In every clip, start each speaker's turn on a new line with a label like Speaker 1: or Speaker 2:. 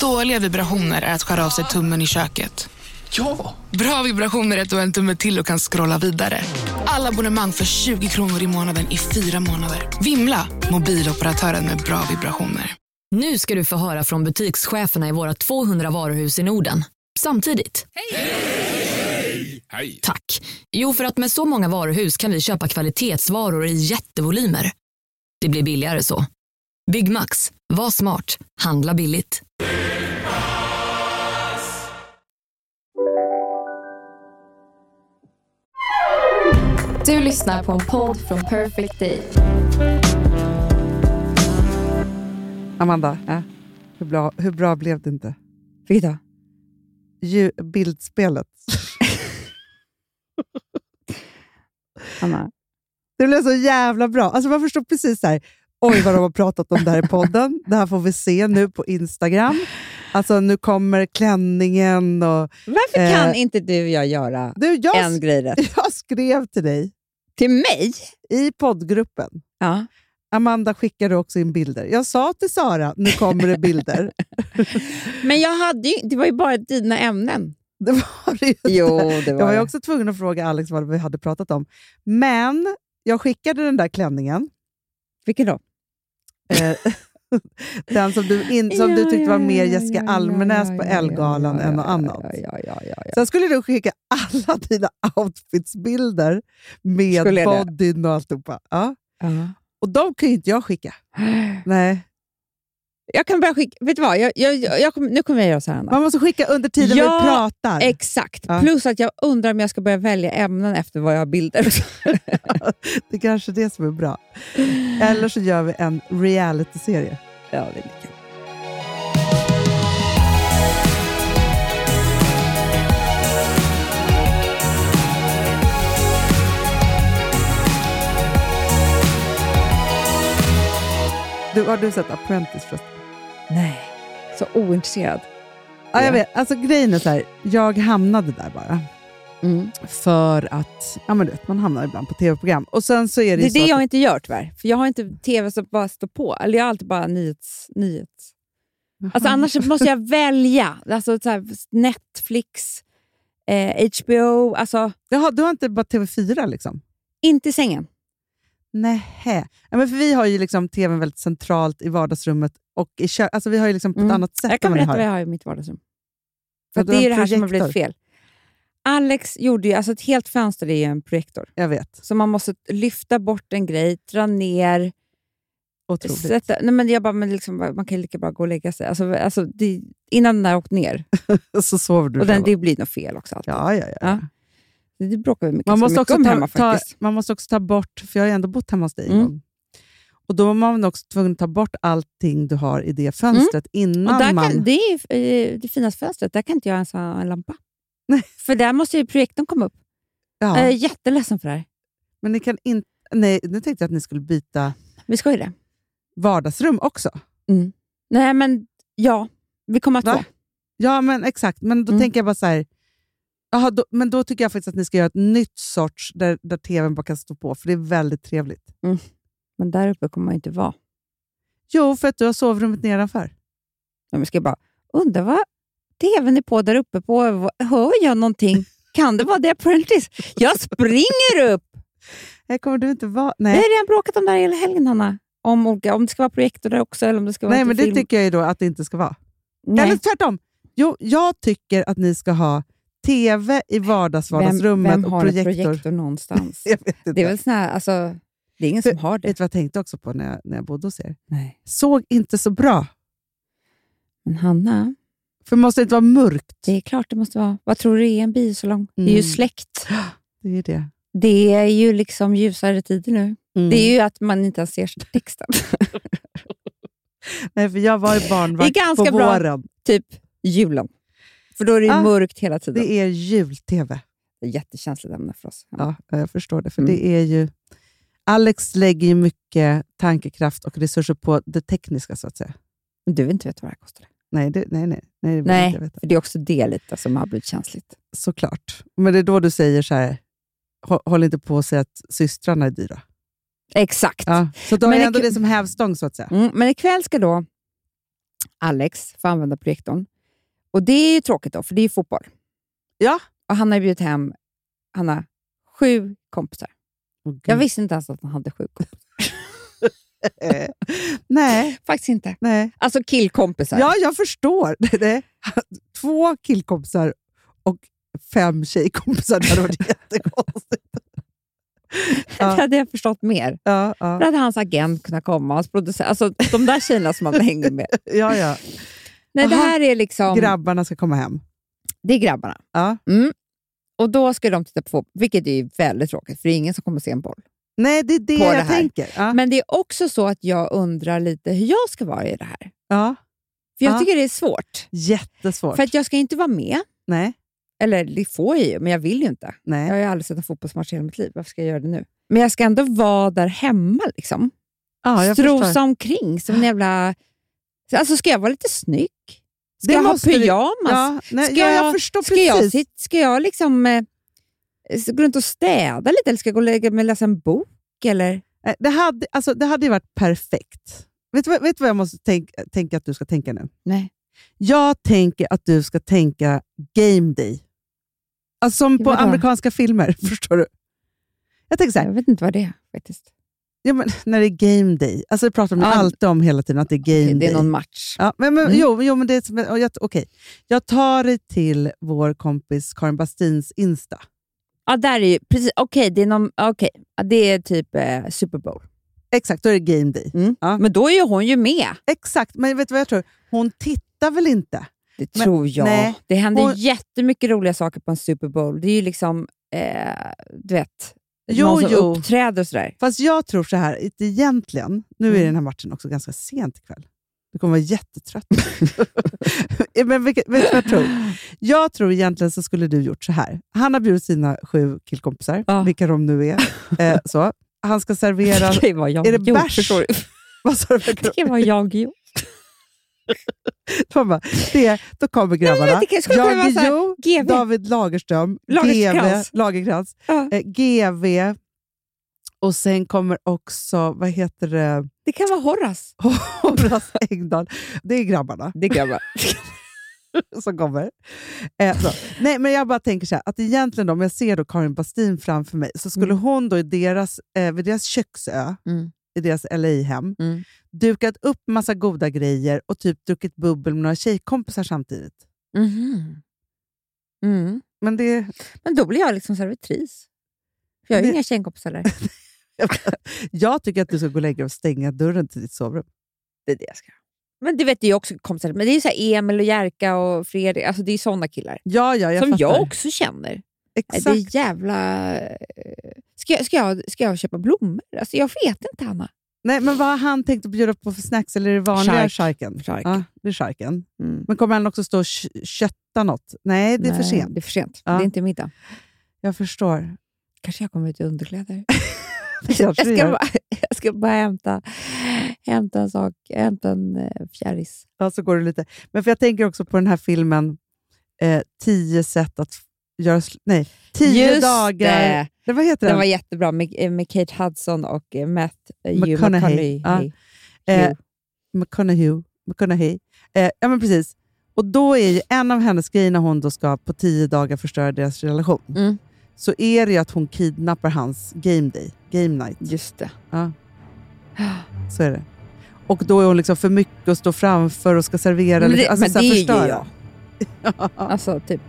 Speaker 1: Dåliga vibrationer är att skära av sig tummen i köket.
Speaker 2: Ja!
Speaker 1: Bra vibrationer är att du har en tumme till och kan scrolla vidare. Alla abonnemang för 20 kronor i månaden i fyra månader. Vimla! Mobiloperatören med bra vibrationer.
Speaker 3: Nu ska du få höra från butikscheferna i våra 200 varuhus i Norden. Samtidigt.
Speaker 4: Hej!
Speaker 3: Tack. Jo, för att med så många varuhus kan vi köpa kvalitetsvaror i jättevolymer. Det blir billigare så. Byggmax. Var smart. Handla billigt.
Speaker 5: Du lyssnar på en podd från Perfect Day.
Speaker 6: Amanda, äh, hur, bra, hur bra blev det inte?
Speaker 7: Frida,
Speaker 6: Ju, bildspelet.
Speaker 7: Anna.
Speaker 6: Det blev så jävla bra. Alltså man förstår precis så här, oj vad de har pratat om det här i podden. Det här får vi se nu på Instagram. Alltså nu kommer klänningen och...
Speaker 7: Varför
Speaker 6: Eh.
Speaker 7: kan inte du och jag göra
Speaker 6: Du, jag,
Speaker 7: en grej rätt?
Speaker 6: jag skrev till dig
Speaker 7: Till mig?
Speaker 6: i poddgruppen.
Speaker 7: Ja.
Speaker 6: Amanda skickade också in bilder. Jag sa till Sara, nu kommer det bilder.
Speaker 7: Men jag hade ju, det var ju bara dina ämnen.
Speaker 6: Det var det ju inte.
Speaker 7: Jo, det
Speaker 6: Jag
Speaker 7: var
Speaker 6: var ju
Speaker 7: det.
Speaker 6: också tvungen att fråga Alex vad vi hade pratat om. Men jag skickade den där klänningen,
Speaker 7: Vilken då?
Speaker 6: eh, den som du, in, som du
Speaker 7: Ja,
Speaker 6: tyckte
Speaker 7: ja,
Speaker 6: var mer
Speaker 7: ja,
Speaker 6: Jessica
Speaker 7: ja, ja,
Speaker 6: Almenäs
Speaker 7: ja,
Speaker 6: på
Speaker 7: ja, ja,
Speaker 6: Ellegalan
Speaker 7: ja,
Speaker 6: än
Speaker 7: ja,
Speaker 6: något
Speaker 7: ja,
Speaker 6: annat.
Speaker 7: Ja, ja, ja, ja, ja.
Speaker 6: Sen skulle du skicka alla dina outfitsbilder med
Speaker 7: Skulle jag det?
Speaker 6: bodyn och alltihopa. Ja.
Speaker 7: Ja.
Speaker 6: Och de kan ju inte jag skicka. Nej.
Speaker 7: Jag kan börja skicka... Vet du vad? Jag, jag, jag, jag kommer- nu kommer jag göra så här, Anna.
Speaker 6: Man måste skicka under tiden
Speaker 7: Ja,
Speaker 6: vi pratar.
Speaker 7: Exakt.
Speaker 6: Ja.
Speaker 7: Plus att jag undrar om jag ska börja välja ämnen efter vad jag har bilder.
Speaker 6: det är kanske är det som är bra. Eller så gör vi en realityserie.
Speaker 7: ja, det är lika.
Speaker 6: Du, har du sett Apprentice förresten?
Speaker 7: Nej, så ointresserad.
Speaker 6: Ja,
Speaker 7: Ja.
Speaker 6: jag vet. Alltså, grejen är så här, jag hamnade där bara.
Speaker 7: Mm.
Speaker 6: För att, ja men du vet, man hamnar ibland på tv-program. Och sen så är det,
Speaker 7: Det är
Speaker 6: ju så
Speaker 7: det jag
Speaker 6: att,
Speaker 7: inte gör tyvärr. För jag har inte tv som bara står på. Eller jag har alltid bara nyhets... nyhets.
Speaker 6: Mhm.
Speaker 7: Alltså, annars så måste jag välja. Alltså, så här, Netflix, eh, HBO. Alltså,
Speaker 6: Jaha, du har inte bara TV4 liksom?
Speaker 7: inte i sängen.
Speaker 6: Nähä. Ja, men för vi har ju liksom tvn väldigt centralt i vardagsrummet och i kö- Alltså vi har ju liksom på ett
Speaker 7: Mm.
Speaker 6: annat sätt
Speaker 7: Jag kan
Speaker 6: än ni
Speaker 7: berätta
Speaker 6: har.
Speaker 7: vad jag har i mitt vardagsrum.
Speaker 6: Ja,
Speaker 7: För att
Speaker 6: du
Speaker 7: det
Speaker 6: har
Speaker 7: är
Speaker 6: en
Speaker 7: det här som har blivit
Speaker 6: projektor.
Speaker 7: fel. Alex gjorde ju, alltså ett helt fönster är ju en projektor.
Speaker 6: Jag vet.
Speaker 7: Så man måste lyfta bort en grej, dra ner,
Speaker 6: Otroligt.
Speaker 7: sätta... Nej, men jag bara, men liksom, man kan ju lika bra gå och lägga sig. Alltså, alltså, det, innan den har åkt ner.
Speaker 6: Så sover du
Speaker 7: Och den,
Speaker 6: själv.
Speaker 7: det blir nog fel också. Alltid.
Speaker 6: Ja, ja, ja.
Speaker 7: Ja. Det bråkar vi mycket,
Speaker 6: Man, måste
Speaker 7: mycket
Speaker 6: också
Speaker 7: om
Speaker 6: ta,
Speaker 7: hemma
Speaker 6: ta,
Speaker 7: faktiskt.
Speaker 6: man måste också ta bort, för jag har ju ändå bott hemma hos dig. en
Speaker 7: Mm.
Speaker 6: gång. Och då var man också tvungen att ta bort allting du har i det fönstret innan
Speaker 7: Mm. Och där
Speaker 6: man...
Speaker 7: kan, det är ju, eh, det finaste fönstret. Där kan inte jag ens ha en lampa.
Speaker 6: Nej.
Speaker 7: För där måste ju projektorn komma upp.
Speaker 6: Ja.
Speaker 7: Jag är jätteledsen för det här.
Speaker 6: Men ni kan inte... Nej, nu tänkte jag att ni skulle byta
Speaker 7: Vi ska ju det.
Speaker 6: vardagsrum också.
Speaker 7: Nej, men ja. Vi kommer att
Speaker 6: Va?
Speaker 7: få.
Speaker 6: Ja, men exakt. Men då
Speaker 7: Mm.
Speaker 6: tänker jag bara så här... Jaha, då, men då tycker jag faktiskt att ni ska göra ett nytt sorts där, där tvn bara kan stå på, för det är väldigt trevligt.
Speaker 7: Mm. Men där uppe kommer man ju inte vara.
Speaker 6: Jo, för att du har sovrummet nedanför.
Speaker 7: Men vi ska ju bara, undra vad tvn är på där uppe. på Hör jag någonting? Kan det vara The Apprentice? Jag springer upp!
Speaker 6: Här Eh, kommer du inte vara...
Speaker 7: Vi
Speaker 6: Nej,
Speaker 7: har redan bråkat om det här hela helgen, Hanna. Om, olika, om det ska vara projektor där också eller om det ska vara
Speaker 6: Nej
Speaker 7: till
Speaker 6: men det
Speaker 7: film.
Speaker 6: tycker jag ju då att det inte ska vara.
Speaker 7: Nej.
Speaker 6: Eller tvärtom. Jo, jag tycker att ni ska ha tv i
Speaker 7: vem,
Speaker 6: vardagsvardagsrummet
Speaker 7: vem har
Speaker 6: och
Speaker 7: projektor.
Speaker 6: projektor.
Speaker 7: en projektor någonstans?
Speaker 6: Jag vet inte.
Speaker 7: det är väl sån här, alltså, det är ingen som har
Speaker 6: Vet
Speaker 7: det.
Speaker 6: du vad jag tänkte också på när jag, när jag bodde hos er?
Speaker 7: Nej.
Speaker 6: Såg inte så bra.
Speaker 7: Men Hanna,
Speaker 6: För det måste inte vara mörkt.
Speaker 7: det är klart det måste vara. Vad tror du är en biosalong? Det är ju
Speaker 6: Mm.
Speaker 7: släckt.
Speaker 6: Det är det.
Speaker 7: Det är ju liksom ljusare tider nu. Det
Speaker 6: Mm.
Speaker 7: är ju att man inte ens ser texten.
Speaker 6: Nej, för jag var ju barnvakt
Speaker 7: Det är ganska
Speaker 6: på
Speaker 7: bra.
Speaker 6: våren.
Speaker 7: typ julen. För då är det ju
Speaker 6: Ah,
Speaker 7: mörkt hela tiden. Det
Speaker 6: Det
Speaker 7: är
Speaker 6: är jul-tv.
Speaker 7: ett jättekänsligt ämne för oss.
Speaker 6: Ja, jag förstår det. För
Speaker 7: Mm.
Speaker 6: det är ju... Alex lägger ju mycket tankekraft och resurser på det tekniska, så att säga.
Speaker 7: Men du vill inte veta vad det här kostar.
Speaker 6: Nej, det, nej, nej. nej, det vill jag
Speaker 7: Nej,
Speaker 6: inte veta.
Speaker 7: för det är också det lite som har blivit känsligt.
Speaker 6: Såklart. Men det är då du säger så här, "Hå- håll inte på att säga att systrarna är dyra.
Speaker 7: Exakt.
Speaker 6: Ja. Så då
Speaker 7: Men
Speaker 6: är
Speaker 7: det
Speaker 6: ändå
Speaker 7: kan-
Speaker 6: det som hävstång så att säga.
Speaker 7: Mm, men ikväll ska då Alex får använda projektorn. Och det är ju tråkigt då, för det är ju fotboll.
Speaker 6: Ja.
Speaker 7: Och han har ju bjudit hem han har sju kompisar.
Speaker 6: Åh, gud.
Speaker 7: Jag visste inte ens att han hade sju kompisar.
Speaker 6: Eh, nej,
Speaker 7: Faktiskt inte.
Speaker 6: nej.
Speaker 7: Alltså killkompisar.
Speaker 6: Ja, jag förstår. Det är två killkompisar och fem tjejkompisar. Det hade varit jättekonstigt.
Speaker 7: Det
Speaker 6: Ja,
Speaker 7: hade jag förstått mer.
Speaker 6: ja,
Speaker 7: Då
Speaker 6: ja,
Speaker 7: hade hans agent kunnat komma, hans producent. Alltså de där tjejerna som han hänger med.
Speaker 6: ja, ja.
Speaker 7: Nej, det
Speaker 6: Aha.
Speaker 7: här är liksom...
Speaker 6: Grabbarna ska komma hem.
Speaker 7: Det är grabbarna.
Speaker 6: Ja.
Speaker 7: Mm. Och då ska de titta på fotboll, vilket är ju väldigt tråkigt, för det är ingen som kommer se en boll.
Speaker 6: Nej, det är det
Speaker 7: På
Speaker 6: jag
Speaker 7: det här.
Speaker 6: tänker. Ja,
Speaker 7: Men det är också så att jag undrar lite hur jag ska vara i det här.
Speaker 6: ja.
Speaker 7: För jag
Speaker 6: Ja.
Speaker 7: tycker det är svårt.
Speaker 6: Jättesvårt.
Speaker 7: För att jag ska inte vara med,
Speaker 6: Nej,
Speaker 7: eller det får jag ju, men jag vill ju inte. Jag
Speaker 6: nej.
Speaker 7: har ju aldrig sett en fotbollsmatch i hela mitt liv, varför ska jag göra det nu? Men jag ska ändå vara där hemma liksom.
Speaker 6: Ja, jag
Speaker 7: Strosa
Speaker 6: förstår.
Speaker 7: omkring som en jävla... Alltså ska jag vara lite snygg? Ska
Speaker 6: Det
Speaker 7: jag ha
Speaker 6: måste du-
Speaker 7: pyjamas?
Speaker 6: Ja, nej,
Speaker 7: Ska
Speaker 6: ja, jag
Speaker 7: jag-
Speaker 6: förstår
Speaker 7: Ska
Speaker 6: precis.
Speaker 7: jag, sit- ska jag liksom eh, s- gå runt och städa lite eller ska jag gå och lägga mig och läsa en bok? Eller?
Speaker 6: Eh, Det hade, alltså, det hade ju varit perfekt. Vet du, vad- vet du vad jag måste tänk, tänka att du ska tänka nu?
Speaker 7: Nej.
Speaker 6: Jag tänker att du ska tänka game day. Alltså som
Speaker 7: Ja,
Speaker 6: på
Speaker 7: vadå?
Speaker 6: amerikanska filmer, förstår du? Jag tänker så här,
Speaker 7: Jag vet inte vad det är faktiskt.
Speaker 6: ja, men, när det är game day. Alltså det pratar de
Speaker 7: Ja.
Speaker 6: alltid om hela tiden, att det är game
Speaker 7: Det
Speaker 6: day.
Speaker 7: är någon match.
Speaker 6: Ja, men, men,
Speaker 7: Mm.
Speaker 6: jo, jo, men det är som- och jag, okej. jag tar dig till vår kompis Karin Bastins Insta.
Speaker 7: Ja, där är ju, precis. Okej, det är någon, okej. Ja, det är typ eh, Super Bowl.
Speaker 6: Exakt, då är det game day.
Speaker 7: Mm.
Speaker 6: Ja.
Speaker 7: Men då är ju hon ju med.
Speaker 6: Exakt, men vet du vad jag tror? Hon tittar väl inte?
Speaker 7: Det
Speaker 6: Men-
Speaker 7: tror jag.
Speaker 6: nej.
Speaker 7: Det händer
Speaker 6: Hon-
Speaker 7: jättemycket roliga saker på en Super Bowl. Det är ju liksom, eh, du vet,
Speaker 6: Jo,
Speaker 7: någon som
Speaker 6: jo.
Speaker 7: uppträder och sådär.
Speaker 6: Fast jag tror så här, inte egentligen, nu är
Speaker 7: Mm.
Speaker 6: den här matchen också ganska sent ikväll. Du kommer vara jättetrött. Eh, Men vilket, vet du vad jag tror? Jag tror egentligen så skulle du gjort så här. Han har bjudit sina sju killkompisar,
Speaker 7: Ja.
Speaker 6: vilka de nu är. Eh, så. Han ska servera...
Speaker 7: Det kan ju vara jag
Speaker 6: Är det
Speaker 7: gjort,
Speaker 6: bärs?
Speaker 7: förstår du?
Speaker 6: vad sa du?
Speaker 7: Det kan ju vara jag gjort.
Speaker 6: De bara, det, då kommer grabbarna.
Speaker 7: det kan- skulle kunna vara
Speaker 6: Jag,
Speaker 7: så här,
Speaker 6: Jo,
Speaker 7: GV.
Speaker 6: David Lagerström,
Speaker 7: Lagercrantz.
Speaker 6: GV, Lagercrantz,
Speaker 7: Ja.
Speaker 6: eh, GV och sen kommer också, vad heter det,
Speaker 7: Det kan vara Horace.
Speaker 6: Horace Engdahl. Det är grabbarna.
Speaker 7: Det kan vara.
Speaker 6: som kommer. Eh, så. Nej, men jag bara tänker så här, att egentligen då, om jag ser då Karin Bastin framför mig, så skulle
Speaker 7: Mm.
Speaker 6: hon då i deras, eh, vid deras köksö,
Speaker 7: Mm.
Speaker 6: i deras LA-hem,
Speaker 7: Mm.
Speaker 6: dukat upp massa goda grejer och typ druckit bubbel med några tjejkompisar samtidigt.
Speaker 7: Mhm. Mm.
Speaker 6: Men det,
Speaker 7: Men då blir jag liksom servitris. För jag har ju
Speaker 6: Det-
Speaker 7: inga tjejkompisar där.
Speaker 6: jag tycker att du ska gå och lägga dig och stänga dörren till ditt sovrum.
Speaker 7: Det är det jag ska göra. Men du vet, det är ju också kompisar. Men det är ju så här Emil och Jerka och Fredrik. Alltså det är såna killar.
Speaker 6: Ja, ja, jag
Speaker 7: som
Speaker 6: fattar.
Speaker 7: jag också känner. Nej,
Speaker 6: Exakt.
Speaker 7: Det är jävla... eh, Ska jag, ska, jag, ska jag köpa blommor? Alltså, jag vet inte, Hanna.
Speaker 6: Nej, men vad har han tänkt att bjuda på för snacks? Eller är det vanliga
Speaker 7: Chark.
Speaker 6: charken?
Speaker 7: Chark.
Speaker 6: Ja, det är charken.
Speaker 7: Mm.
Speaker 6: Men kommer han också stå och kö- kötta något? Nej, det är för
Speaker 7: Nej,
Speaker 6: sent.
Speaker 7: Det är för sent.
Speaker 6: Ja.
Speaker 7: Det är inte middag.
Speaker 6: Jag förstår.
Speaker 7: Kanske jag kommer ut i underkläder.
Speaker 6: Jag
Speaker 7: Jag ska bara, jag ska bara hämta, hämta en sak. Hämta en eh, fjäris.
Speaker 6: Ja, så går det lite. Men för jag tänker också på den här filmen eh, Tio sätt att f- göra sl- Nej, Tio
Speaker 7: Just
Speaker 6: dagar...
Speaker 7: det.
Speaker 6: Det, vad heter
Speaker 7: Den
Speaker 6: den?
Speaker 7: var jättebra med, eh, med Kate Hudson och eh, Matt eh, Hugh
Speaker 6: McConaughey.
Speaker 7: McConaughey.
Speaker 6: Ja. Eh, McConaughey. McConaughey. Eh, ja, men precis. Och då är ju en av hennes grejer när hon då ska på tio dagar förstöra deras relation,
Speaker 7: Mm.
Speaker 6: så är det ju att hon kidnappar hans game day, game night.
Speaker 7: Just det.
Speaker 6: Ja. Så är det. Och då är hon liksom för mycket och står framför och ska servera.
Speaker 7: Men det,
Speaker 6: lite- alltså,
Speaker 7: men
Speaker 6: så
Speaker 7: det
Speaker 6: här,
Speaker 7: är ju
Speaker 6: förstöra.
Speaker 7: jag. Alltså, typ.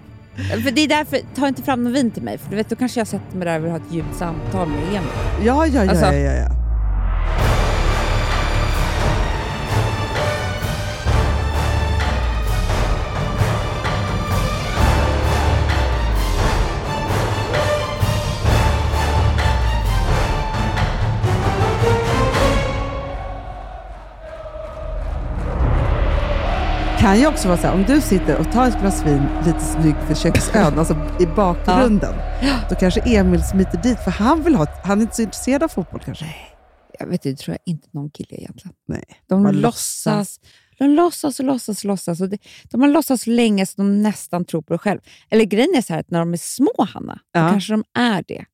Speaker 7: För det är därför, ta inte fram något vin till mig. För du vet, då kanske jag sätter mig där och vill ha ett djupt samtal med Emil.
Speaker 6: Ja, ja, ja.
Speaker 7: Alltså-
Speaker 6: ja, ja, ja. kan ju också vara så här, om du sitter och tar ett glas vin lite snyggt vid köksön, alltså i bakgrunden, då kanske Emil smiter dit, för han, vill ha, ett- han är inte så intresserad av fotboll kanske.
Speaker 7: Jag vet inte, det tror jag inte någon kille egentligen.
Speaker 6: Nej,
Speaker 7: De
Speaker 6: man
Speaker 7: låtsas. De låtsas och låtsas och låtsas. Och det, de har låtsats så länge så de nästan tror på det själv. Eller grejen är så här att när de är små, Hanna, då
Speaker 6: Ja.
Speaker 7: kanske de är det.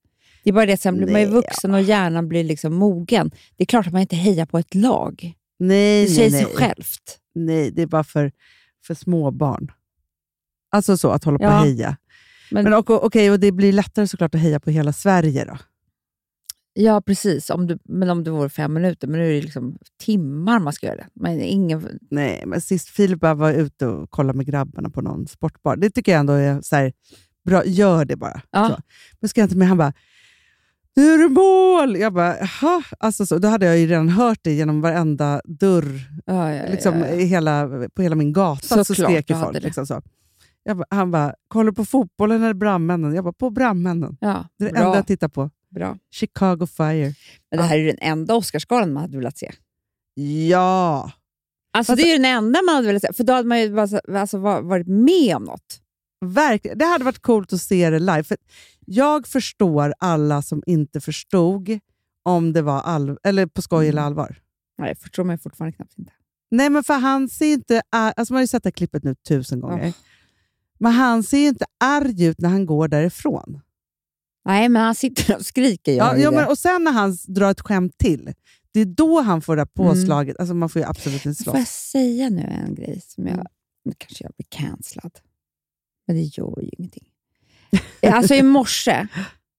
Speaker 7: Det är bara det att sen blir man ju
Speaker 6: Nej,
Speaker 7: vuxen och hjärnan blir liksom mogen. Det är klart att man inte hejar på ett lag.
Speaker 6: Nej,
Speaker 7: Det
Speaker 6: nej,
Speaker 7: säger sig
Speaker 6: nej.
Speaker 7: självt.
Speaker 6: Nej, det är bara för, för småbarn. Alltså så, att hålla på och
Speaker 7: Ja.
Speaker 6: heja.
Speaker 7: Men-
Speaker 6: Men, och, och- okej, och det blir lättare såklart att heja på hela Sverige då.
Speaker 7: Ja, precis. Om du, men om det vore fem minuter. Men nu är det liksom timmar man ska göra det. Men ingen,
Speaker 6: Nej, men sist Filip bara var ute och kollade med grabbarna på någon sportbar. Det tycker jag ändå är så här, bra. Gör det bara.
Speaker 7: Ja.
Speaker 6: Så. Men ska jag inte med? Han bara, nu är det mål! Jag bara, jaha. Alltså så, då hade jag ju redan hört det genom varenda dörr
Speaker 7: ja, ja,
Speaker 6: liksom,
Speaker 7: ja, ja.
Speaker 6: i Hela, på hela min gata så
Speaker 7: Eh, Såklart,
Speaker 6: skrek ju
Speaker 7: jag hade
Speaker 6: folk.
Speaker 7: det.
Speaker 6: Liksom så. Jag bara, han bara, kollar du på fotbollen eller brandmännen? Jag bara, på brandmännen.
Speaker 7: ja
Speaker 6: Det är det
Speaker 7: bra,
Speaker 6: enda jag tittar på.
Speaker 7: bra.
Speaker 6: Chicago Fire.
Speaker 7: Men det här är ju den enda Oscarsgalan man hade velat se.
Speaker 6: Ja!
Speaker 7: Alltså,
Speaker 6: Fast-
Speaker 7: det är ju den enda man hade velat se. För då hade man ju bara, så- alltså, va- varit med om något.
Speaker 6: Verkligen. Det hade varit coolt att se det live. För jag förstår alla som inte förstod om det var all, eller på skoj eller
Speaker 7: Mm.
Speaker 6: allvar.
Speaker 7: Nej, jag förstår mig fortfarande knappt inte.
Speaker 6: Nej, men för han ser inte... ar- Alltså man har ju sett det här klippet nu tusen gånger. Men han ser ju inte arg ut när han går därifrån.
Speaker 7: Nej, men han sitter och skriker. gör
Speaker 6: Ja,
Speaker 7: han ju
Speaker 6: ja,
Speaker 7: det.
Speaker 6: men, och sen när han s- drar ett skämt till, det är då han får det här
Speaker 7: Mm.
Speaker 6: påslaget. Alltså man får ju absolut inte
Speaker 7: Får jag
Speaker 6: slåss.
Speaker 7: säga nu en grej som jag... Nu kanske jag blir cancellad, men det gör ju ingenting. Alltså i morse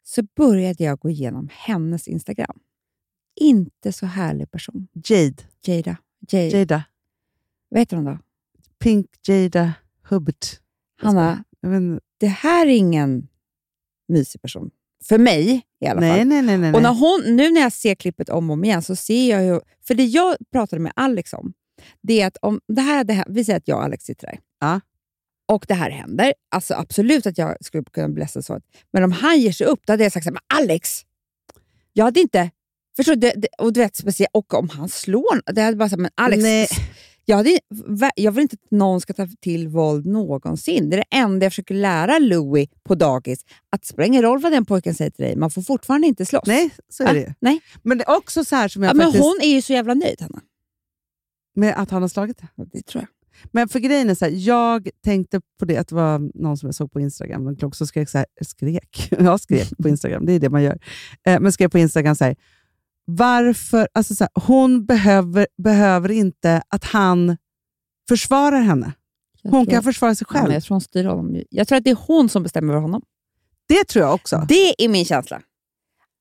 Speaker 7: så började jag gå igenom hennes Instagram. Inte så härlig person.
Speaker 6: Jade.
Speaker 7: Jada. Jada.
Speaker 6: Jada.
Speaker 7: Vad heter hon då?
Speaker 6: Pink Jada Hubbard.
Speaker 7: Hanna,
Speaker 6: Jag vet inte.
Speaker 7: det här är ingen mysig person. För mig i alla fall.
Speaker 6: Nej, nej, nej. nej,
Speaker 7: Och när
Speaker 6: nej.
Speaker 7: hon, nu när jag ser klippet om och om igen så ser jag ju... För det jag pratade med Alex om, det är att om det här, det här, vi säger att jag och Alex sitter där.
Speaker 6: Ja.
Speaker 7: Och det här händer. Alltså absolut att jag skulle kunna bli ledsen så. Men om han ger sig upp, då hade jag sagt så här, men Alex! Jag hade inte... Förstår du? Det, det, och du vet, speciellt, och om han slår det hade bara sagt, men Alex,
Speaker 6: Nej.
Speaker 7: jag, hade, va- jag vill inte att någon ska ta till våld någonsin. Det är det enda jag försöker lära Louis på dagis. Att det spelar ingen roll vad den pojken säger till dig, man får fortfarande inte slåss.
Speaker 6: nej, så är det ju.
Speaker 7: Nej.
Speaker 6: Men det är också så här som jag
Speaker 7: Ja, men
Speaker 6: faktiskt...
Speaker 7: hon är ju så jävla nöjd, Hanna.
Speaker 6: Med att han har slagit det.
Speaker 7: Det tror jag.
Speaker 6: Men för grejen är så här, jag tänkte på det, att det var någon som jag såg på Instagram, någon klok, så skrek så här, skrek, jag skrek på Instagram, det är det man gör, eh, men skrev på Instagram så här, varför, alltså så här, hon behöver, behöver inte att han försvarar henne. Hon kan försvara sig
Speaker 7: Ja, men
Speaker 6: själv.
Speaker 7: jag tror hon styr honom. ju. Jag tror att det är hon som bestämmer över honom.
Speaker 6: Det tror jag också.
Speaker 7: Det är min känsla.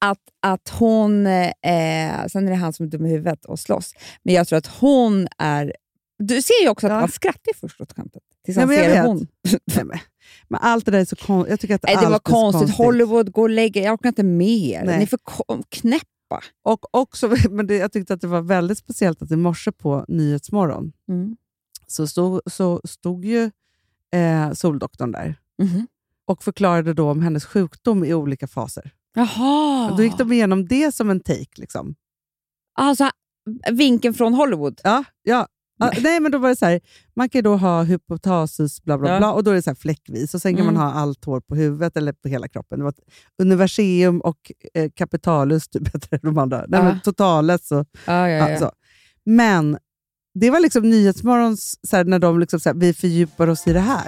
Speaker 7: Att, att hon... Eh, sen är det han som är dum i huvudet och slåss. Men jag tror att hon är... Du ser ju också att
Speaker 6: Ja.
Speaker 7: han skrattar i första åt skämtet. Tills
Speaker 6: Ja,
Speaker 7: han
Speaker 6: men jag
Speaker 7: ser
Speaker 6: vet.
Speaker 7: hon.
Speaker 6: Nej, men, men allt det där är så konstigt. Jag tycker att
Speaker 7: Nej, det
Speaker 6: allt
Speaker 7: var
Speaker 6: är så
Speaker 7: konstigt.
Speaker 6: konstigt.
Speaker 7: Hollywood, gå och lägg er. Jag orkar inte mer.
Speaker 6: Nej.
Speaker 7: Ni är för ko- knäppa.
Speaker 6: Och också, men det, jag tyckte att det var väldigt speciellt att i morse på Nyhetsmorgon
Speaker 7: Mm.
Speaker 6: så stod, så stod ju eh, Soldoktorn där
Speaker 7: Mhm.
Speaker 6: och förklarade då om hennes sjukdom i olika faser.
Speaker 7: Jaha!
Speaker 6: Då gick de igenom det som en take. Liksom.
Speaker 7: Alltså, vinkeln från Hollywood.
Speaker 6: Ja, ja. Ah, nej, men då var det så här, man kan ju då ha hypotasis bla bla
Speaker 7: Ja.
Speaker 6: bla och då är det så här fläckvis och sen kan
Speaker 7: Mm.
Speaker 6: man ha allt hår på huvudet eller på hela kroppen. Det var ett universum och eh, capitalus typ bättre än de andra. Nej,
Speaker 7: Ja.
Speaker 6: men totales och
Speaker 7: Ja, ja,
Speaker 6: ja, så. Men det var liksom Nyhetsmorgons, så här, när de liksom så här, vi fördjupar oss i det här.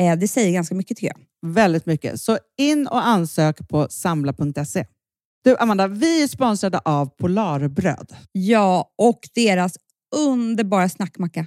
Speaker 2: Eh, det säger ganska mycket tycker jag.
Speaker 4: Väldigt mycket. Så in och ansök på samla.se. Du Amanda, vi är sponsrade av Polarbröd.
Speaker 2: Ja, och deras underbara snackmacka.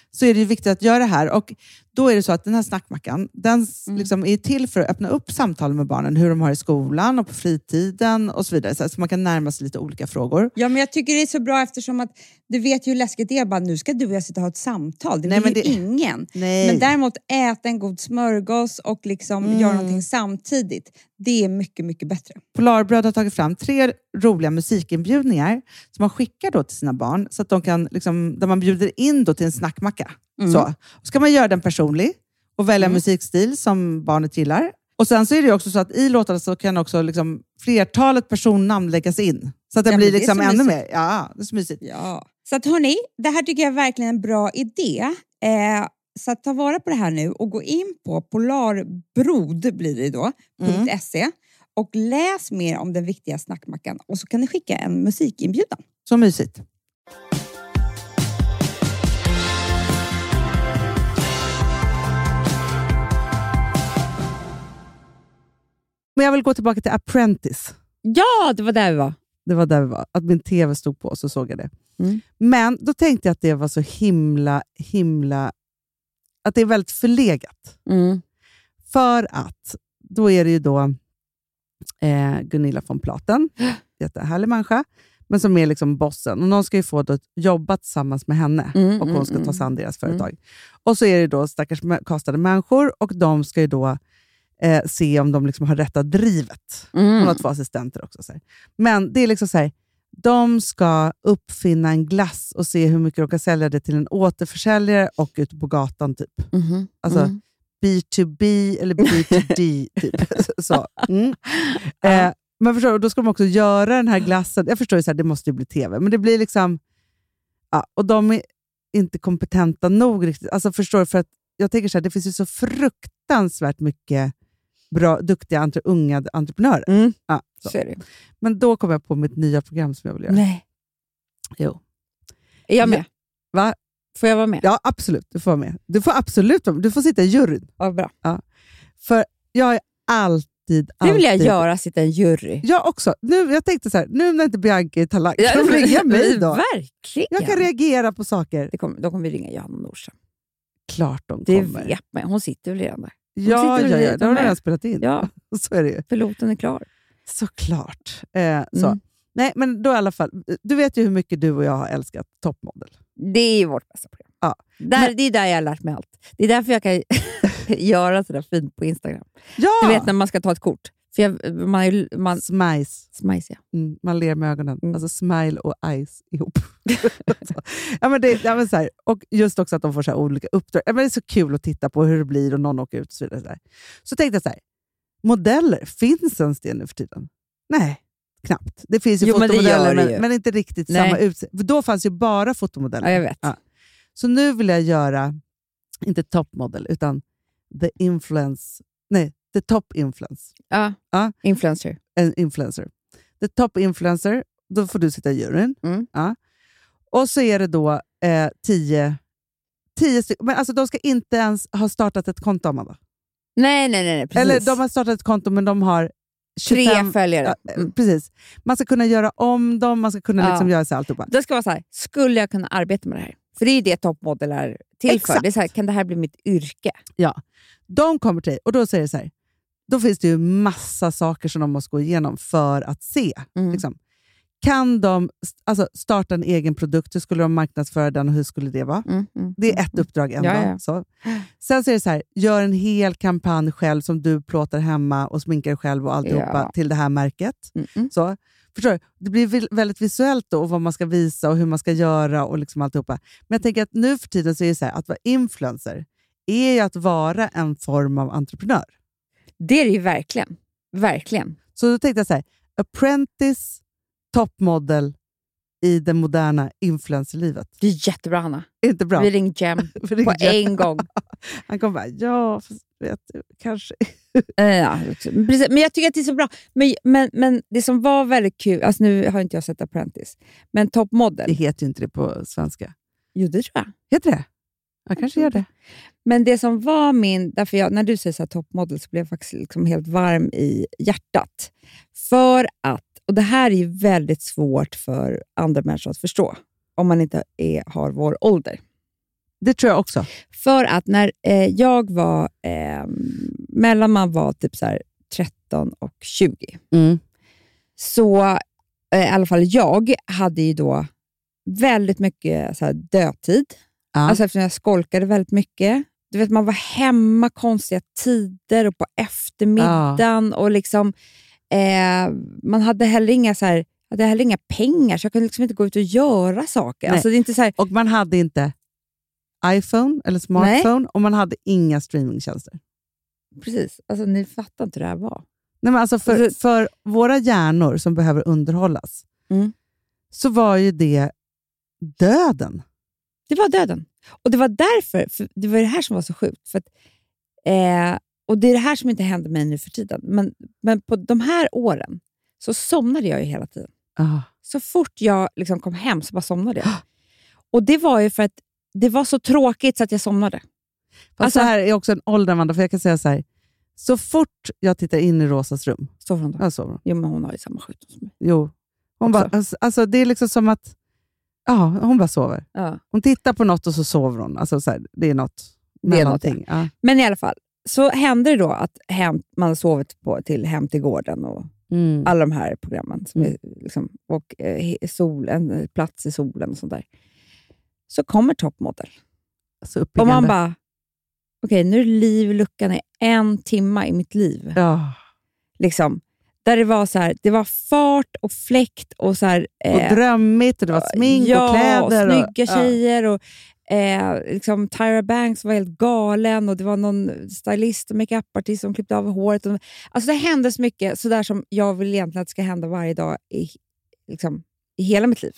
Speaker 4: så är det ju viktigt att göra det här. Och då är det så att den här snackmackan, den s- liksom är till för att öppna upp samtal med barnen, hur de har i skolan och på fritiden och så vidare. Så, här, så man kan närma sig lite olika frågor.
Speaker 2: Ja, men jag tycker det är så bra eftersom att du vet ju hur läskigt det är. Bara, nu ska du och jag sitta och ha ett samtal. Det
Speaker 4: Nej,
Speaker 2: vill
Speaker 4: men
Speaker 2: ju
Speaker 4: det-
Speaker 2: ingen.
Speaker 4: Nej.
Speaker 2: Men däremot äta en god smörgås och liksom
Speaker 4: Mm.
Speaker 2: göra någonting samtidigt. Det är mycket, mycket bättre.
Speaker 4: Polarbröd har tagit fram tre roliga musikinbjudningar som man skickar då till sina barn, så att de kan, liksom, där man bjuder in då till en snackmacka.
Speaker 2: Mm.
Speaker 4: Så. Och ska man göra den personlig och välja musikstil som barnet gillar. Och Sen så är det ju också så att i låtarna så kan också liksom flertalet personnamn läggas in. Så att det
Speaker 2: Ja, men
Speaker 4: blir
Speaker 2: det är
Speaker 4: liksom
Speaker 2: så
Speaker 4: ännu
Speaker 2: mysigt.
Speaker 4: mer. Ja, det är så mysigt.
Speaker 2: Ja. Så att hörni, det här tycker jag är verkligen en bra idé. Eh, så att ta vara på det här nu och gå in på polarbrod blir det då,
Speaker 7: Mm.
Speaker 2: .se och läs mer om den viktiga snackmackan och så kan ni skicka en musikinbjudan.
Speaker 4: Så mysigt.
Speaker 6: Men jag vill gå tillbaka till Apprentice.
Speaker 7: Ja, det var där vi var.
Speaker 6: Det var där vi var. Att min tv stod på så såg jag det.
Speaker 7: Mm.
Speaker 6: Men då tänkte jag att det var så himla, himla... Att det är väldigt förlegat.
Speaker 7: Mm,
Speaker 6: För att då är det ju då eh, Gunilla von Platen, jättehärlig människa, men som är liksom bossen. Och någon ska ju få då jobba tillsammans med henne
Speaker 7: Mm,
Speaker 6: och hon
Speaker 7: mm,
Speaker 6: ska ta sig an deras
Speaker 7: Mm.
Speaker 6: företag. Och så är det då stackars mä- kastade människor och de ska ju då eh, se om de liksom har rätta drivet. Hon
Speaker 7: Mm.
Speaker 6: har två assistenter också. Så här. Men det är liksom så här, de ska uppfinna en glass och se hur mycket de kan sälja det till en återförsäljare och ute på gatan. typ.
Speaker 7: Mhm.
Speaker 6: Alltså,
Speaker 7: Mm.
Speaker 6: B2B eller B2D. typ. Så. Mm. Eh, men förstår du, då ska de också göra den här glassen. Jag förstår ju, så här, det måste ju bli tv, men det blir liksom... Ja, och de är inte kompetenta nog riktigt. Alltså, förstår du, för att jag tänker så här, det finns ju så fruktansvärt mycket bra, duktiga entre, unga entreprenörer.
Speaker 7: Mm.
Speaker 6: Ja, så.
Speaker 7: Så är det.
Speaker 6: Men då kom jag på mitt nya program som jag vill göra.
Speaker 7: Nej.
Speaker 6: Jo.
Speaker 7: Är jag med?
Speaker 6: Va?
Speaker 7: Får jag vara med?
Speaker 6: Ja, absolut. Du får vara med. Du får absolut vara med. Du får sitta i juryn.
Speaker 7: Ja, bra.
Speaker 6: För jag är alltid,
Speaker 7: Det vill jag
Speaker 6: alltid
Speaker 7: göra, sitta i en jury.
Speaker 6: Jag också. Nu, jag tänkte så här, nu när inte Bianca är talang,
Speaker 7: Ja,
Speaker 6: kan de ringa mig då?
Speaker 7: Verkligen.
Speaker 6: Jag kan reagera på saker.
Speaker 7: det kommer, då kommer vi ringa Johanna Nordström.
Speaker 6: Klart de
Speaker 7: Det
Speaker 6: kommer.
Speaker 7: vet man. Hon sitter väl redan där.
Speaker 6: Ja,
Speaker 7: sitter
Speaker 6: ja,
Speaker 7: väl
Speaker 6: ja,
Speaker 7: dit
Speaker 6: det har
Speaker 7: de
Speaker 6: de
Speaker 7: är.
Speaker 6: redan spelat in.
Speaker 7: Ja,
Speaker 6: Så är det ju.
Speaker 7: piloten är klar.
Speaker 6: Såklart. Eh, så.
Speaker 7: Mm.
Speaker 6: Nej, men då i alla fall. Du vet ju hur mycket du och jag har älskat toppmodell.
Speaker 7: Det är ju vårt bästa program.
Speaker 6: Ja.
Speaker 7: Där, Det är där jag har lärt mig allt. Det är därför jag kan göra sådär fint på Instagram.
Speaker 6: Ja!
Speaker 7: Du vet när man ska ta ett kort. För jag, man, är ju- man,
Speaker 6: Smice.
Speaker 7: smajs, ja.
Speaker 6: Mm, man ler med ögonen.
Speaker 7: Mm.
Speaker 6: Alltså smile och eyes ihop. så. Ja, men det, ja, men så här. Och just också att de får så här olika uppdrag. Ja, men det är så kul att titta på hur det blir och någon åker ut och så vidare. Så, här. så tänkte jag så här, modeller, finns ens det nu för tiden? Nej, knappt. Det finns ju
Speaker 7: Jo, men det gör
Speaker 6: fotomodeller,
Speaker 7: det
Speaker 6: men,
Speaker 7: ju.
Speaker 6: men inte riktigt
Speaker 7: Nej.
Speaker 6: samma utseende. För då fanns ju bara fotomodeller.
Speaker 7: ja jag vet.
Speaker 6: Ja. Så nu vill jag göra, inte toppmodell, utan the influence, nej, the top influence
Speaker 7: Ja.
Speaker 6: Ja.
Speaker 7: Influencer.
Speaker 6: en influencer. The top influencer, då får du sitta i juryn.
Speaker 7: Mm.
Speaker 6: Ja. Och så är det då eh, tio, tio stycken. Men alltså de ska inte ens ha startat ett konto, Amanda.
Speaker 7: Nej, nej, nej. nej precis.
Speaker 6: Eller de har startat ett konto, men de har
Speaker 7: Tre
Speaker 6: 25...
Speaker 7: följare.
Speaker 6: Ja,
Speaker 7: Mm.
Speaker 6: eh, precis. Man ska kunna göra om dem, man ska kunna
Speaker 7: Ja.
Speaker 6: liksom göra så här alltihopa.
Speaker 7: Det ska vara så här, skulle jag kunna arbeta med det här? För det är ju det toppmodell är till för.
Speaker 6: Exakt.
Speaker 7: Det är så här, kan det här bli mitt yrke?
Speaker 6: De kommer till dig och då säger det så här. Då finns det ju massa saker som de måste gå igenom för att se.
Speaker 7: Mm.
Speaker 6: Liksom. Kan de st- alltså, starta en egen produkt? Hur skulle de marknadsföra den och hur skulle det vara?
Speaker 7: Mm, mm.
Speaker 6: Det är ett uppdrag ändå.
Speaker 7: Ja, ja.
Speaker 6: Så. Sen så är det så här, gör en hel kampanj själv som du plåtar hemma och sminkar själv och alltihopa
Speaker 7: Ja.
Speaker 6: till det här märket.
Speaker 7: Mm, mm.
Speaker 6: Så, förstår du? Det blir vil- väldigt visuellt då, och vad man ska visa och hur man ska göra och liksom alltihopa. Men jag tänker att nu för tiden så är det så här, att vara influencer är ju att vara en form av entreprenör.
Speaker 7: Det är det ju verkligen. Verkligen.
Speaker 6: Så då tänkte jag så här, apprentice, toppmodell i det moderna influencerlivet.
Speaker 7: Det är jättebra, Hanna.
Speaker 6: Är inte bra?
Speaker 7: Vi ringer Jem
Speaker 6: För det är
Speaker 7: på
Speaker 6: jätte-
Speaker 7: en gång.
Speaker 6: Han kommer bara, ja, fast vet du, kanske
Speaker 7: Eh, Ja, precis. Men jag tycker att det är så bra. Men, men, men det som var väldigt kul, alltså nu har inte jag sett Apprentice, men Top
Speaker 6: Det
Speaker 7: Model.
Speaker 6: heter ju inte det på svenska.
Speaker 7: Jo, det tror jag.
Speaker 6: Heter det? Jag kanske gör det.
Speaker 7: Men det som var min... Därför jag, när du säger så här, Top Model så blev jag faktiskt liksom helt varm i hjärtat. För att, och det här är ju väldigt svårt för andra människor att förstå om man inte är, har vår ålder.
Speaker 6: Det tror jag också.
Speaker 7: För att när eh, jag var, eh, mellan man var typ så här 13 och 20,
Speaker 6: Mm.
Speaker 7: så eh, i alla fall jag hade ju då väldigt mycket så här, dödtid.
Speaker 6: Ja.
Speaker 7: Alltså eftersom jag skolkade väldigt mycket. Du vet, man var hemma konstiga tider och på eftermiddagen. och liksom eh, Man hade heller inga så här, jag hade heller inga pengar, så jag kunde liksom inte gå ut och göra saker.
Speaker 6: Nej.
Speaker 7: Alltså, det är inte så här,
Speaker 6: Och man hade inte iPhone eller smartphone och man hade inga streamingtjänster.
Speaker 7: precis, alltså, ni fattar inte hur det här var.
Speaker 6: Nej, men alltså för,
Speaker 7: Alltså-
Speaker 6: för våra hjärnor som behöver underhållas
Speaker 7: Mm.
Speaker 6: så var ju det döden.
Speaker 7: Det var döden. Och det var därför, för det var det här som var så sjukt. För att, eh, och det är det här som inte händer mig nu för tiden. Men, men på de här åren så somnade jag ju hela tiden. Så fort jag liksom kom hem så bara somnade jag. Och det var ju för att det var så tråkigt så att jag somnade.
Speaker 6: Fast
Speaker 7: Alltså-
Speaker 6: det här är också en ålder, Amanda, för jag kan säga så här. Så fort jag tittar in i Rosas rum,
Speaker 7: Så från då.
Speaker 6: jag sover hon.
Speaker 7: Jo, men hon har ju samma sjukdom som mig.
Speaker 6: Jo. Hon bara,
Speaker 7: Också.
Speaker 6: alltså, alltså, det är liksom som att ja, hon bara sover.
Speaker 7: Ja.
Speaker 6: Hon tittar på något och så sover hon. Alltså, så här, det är något.
Speaker 7: Det är något,
Speaker 6: någonting. Ja.
Speaker 7: Men i alla fall, så hände det då att hem, man har sovit på, till Hem till gården och
Speaker 6: Mm.
Speaker 7: alla de här programmen. Som är, liksom, och eh, he- sol, en eh, plats i solen och sånt där. Så kommer Top Model.
Speaker 6: Alltså,
Speaker 7: Och
Speaker 6: uppiggande.
Speaker 7: man bara, okej nu är det liv i luckan i en timme i mitt liv.
Speaker 6: Ja.
Speaker 7: Liksom. Där det var så här, det var fart och fläkt och så här, eh,
Speaker 6: Och drömmigt och det var smink
Speaker 7: ja,
Speaker 6: och kläder.
Speaker 7: och snygga
Speaker 6: och, ja.
Speaker 7: tjejer. Och, eh, liksom Tyra Banks var helt galen och det var någon stylist och makeupartist som klippte av håret. Och, alltså det hände så mycket sådär som jag vill egentligen att det ska hända varje dag i, liksom, i hela mitt liv.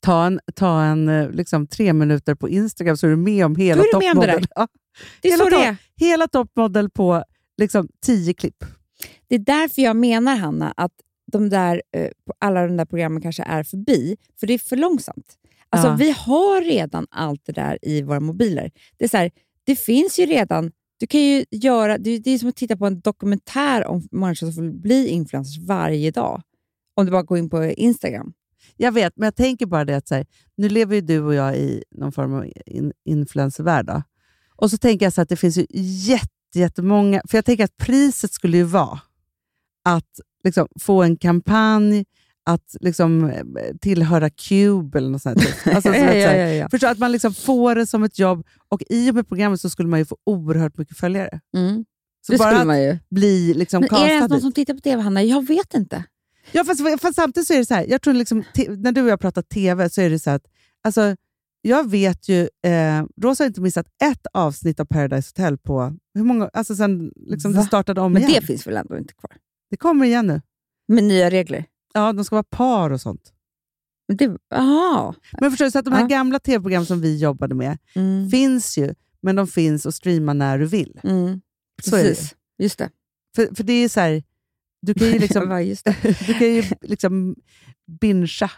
Speaker 6: Ta en, ta en eh, liksom, tre minuter på Instagram så är du med om hela
Speaker 7: Då är du med om det
Speaker 6: toppmodell. Ja.
Speaker 7: Det är
Speaker 6: hela
Speaker 7: så det är.
Speaker 6: Top, hela toppmodell på liksom, tio klipp.
Speaker 7: Det är därför jag menar, Hanna, att de där, eh, alla de där programmen kanske är förbi, för det är för långsamt. Alltså,
Speaker 6: Ja.
Speaker 7: Vi har redan allt det där i våra mobiler. Det, är så här, det finns ju redan... Du kan ju göra, det, det är som att titta på en dokumentär om människor som vill bli influencers varje dag. Om du bara går in på Instagram.
Speaker 6: Jag vet, men jag tänker bara det att så här, nu lever ju du och jag i någon form av in, influencervärld. då. Och så tänker jag så här att det finns ju jätte, jättemånga... För jag tänker att priset skulle ju vara att liksom, få en kampanj, att liksom, eh, tillhöra Cube eller något sånt. här typ. Alltså, så
Speaker 7: Eh,
Speaker 6: vet, så här, Förstår att man liksom får det som ett jobb och i och med programmet så skulle man ju få oerhört mycket följare.
Speaker 7: Mm.
Speaker 6: Så
Speaker 7: det
Speaker 6: bara
Speaker 7: skulle
Speaker 6: att
Speaker 7: man ju.
Speaker 6: bli liksom
Speaker 7: Men är det
Speaker 6: castad
Speaker 7: ens någon
Speaker 6: dit.
Speaker 7: som tittar på TV, Hanna? Jag vet inte.
Speaker 6: Ja, fast, fast samtidigt så är det så här, jag tror liksom, te- när du och jag pratar TV så är det så här att alltså, jag vet ju, eh, Rosa har inte missat ett avsnitt av Paradise Hotel på, hur många, alltså sen liksom det
Speaker 7: Va?
Speaker 6: startade om
Speaker 7: Men
Speaker 6: igen.
Speaker 7: det finns väl ändå inte kvar?
Speaker 6: Det kommer igen nu.
Speaker 7: Med nya regler.
Speaker 6: Ja, de ska vara par och sånt.
Speaker 7: Men det, aha.
Speaker 6: Men förstår du, så att de här
Speaker 7: Ja.
Speaker 6: gamla TV-program som vi jobbade med
Speaker 7: Mm.
Speaker 6: finns ju, men de finns att streama när du vill.
Speaker 7: Mm.
Speaker 6: Så är det ju.
Speaker 7: Precis, just det.
Speaker 6: För, för det är ju så här, du kan ju liksom
Speaker 7: Ja, just det.
Speaker 6: Du kan ju liksom bincha.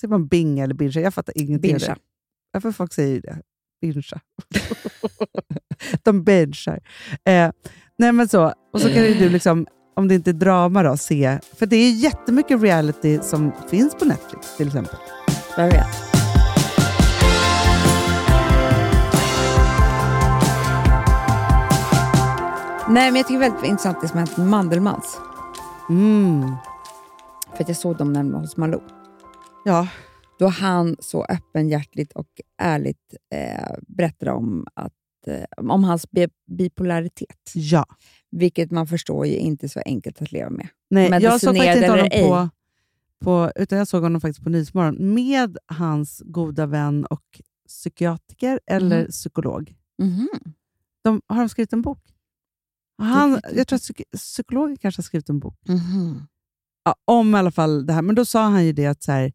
Speaker 6: Säger man bing eller bincha? Jag fattar ingenting. av det.
Speaker 7: Bincha.
Speaker 6: Varför folk säger ju det? Bincha. De binchar. Eh, nej men så. Och så kan ju du, liksom, om det inte är drama, då, se. För det är ju jättemycket reality som finns på Netflix till exempel.
Speaker 7: Jag vet. Nej, men jag tycker det är väldigt intressant det som har hänt med Mandelmans.
Speaker 6: Mm.
Speaker 7: För att jag såg dem nämligen hos Malou.
Speaker 6: Ja.
Speaker 7: Då han så öppenhjärtligt och ärligt eh, berättade om, att, eh, om hans bi- bipolaritet.
Speaker 6: Ja.
Speaker 7: Vilket man förstår ju inte är så enkelt att leva med.
Speaker 6: Nej,
Speaker 7: Men
Speaker 6: jag såg
Speaker 7: medicinerad
Speaker 6: faktiskt inte honom
Speaker 7: eller
Speaker 6: på, på, utan jag såg honom faktiskt på Nyhetsmorgon med hans goda vän och psykiatriker eller
Speaker 7: Mm.
Speaker 6: psykolog.
Speaker 7: Mhm.
Speaker 6: De, har de skrivit en bok? Han,
Speaker 7: vet jag
Speaker 6: jag tror att psyk psykologen kanske har skrivit en bok.
Speaker 7: Mhm.
Speaker 6: Ja, om i alla fall det här. Men då sa han ju det att, så här,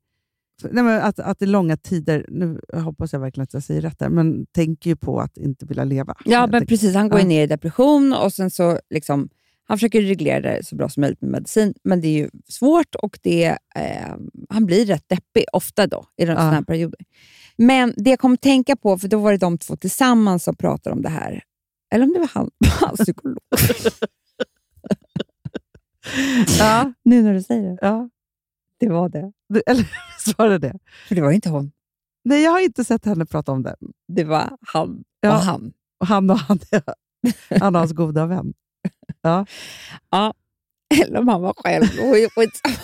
Speaker 6: för- nej men att, att i långa tider, nu hoppas jag verkligen att jag säger rätt där, men tänker ju på att inte vilja leva.
Speaker 7: Ja,
Speaker 6: helt
Speaker 7: men
Speaker 6: enkelt.
Speaker 7: precis. Han går ju
Speaker 6: Ja.
Speaker 7: ner i depression och sen så liksom, Han försöker reglera det så bra som möjligt med medicin, men det är ju svårt och det, eh, han blir rätt deppig ofta då i sådana här perioder. Men det jag kom att tänka på, för då var det de två tillsammans som pratade om det här, eller om det var han, hans psykolog. ja, nu när du säger det.
Speaker 6: Ja.
Speaker 7: Det var det.
Speaker 6: Du, eller svarade det?
Speaker 7: För det var inte hon.
Speaker 6: Nej, jag har inte sett henne prata om det.
Speaker 7: Det var han
Speaker 6: Ja.
Speaker 7: och han.
Speaker 6: Och han och han, han och hans goda vän.
Speaker 7: Eller om han var själv. Oj, skitsamma.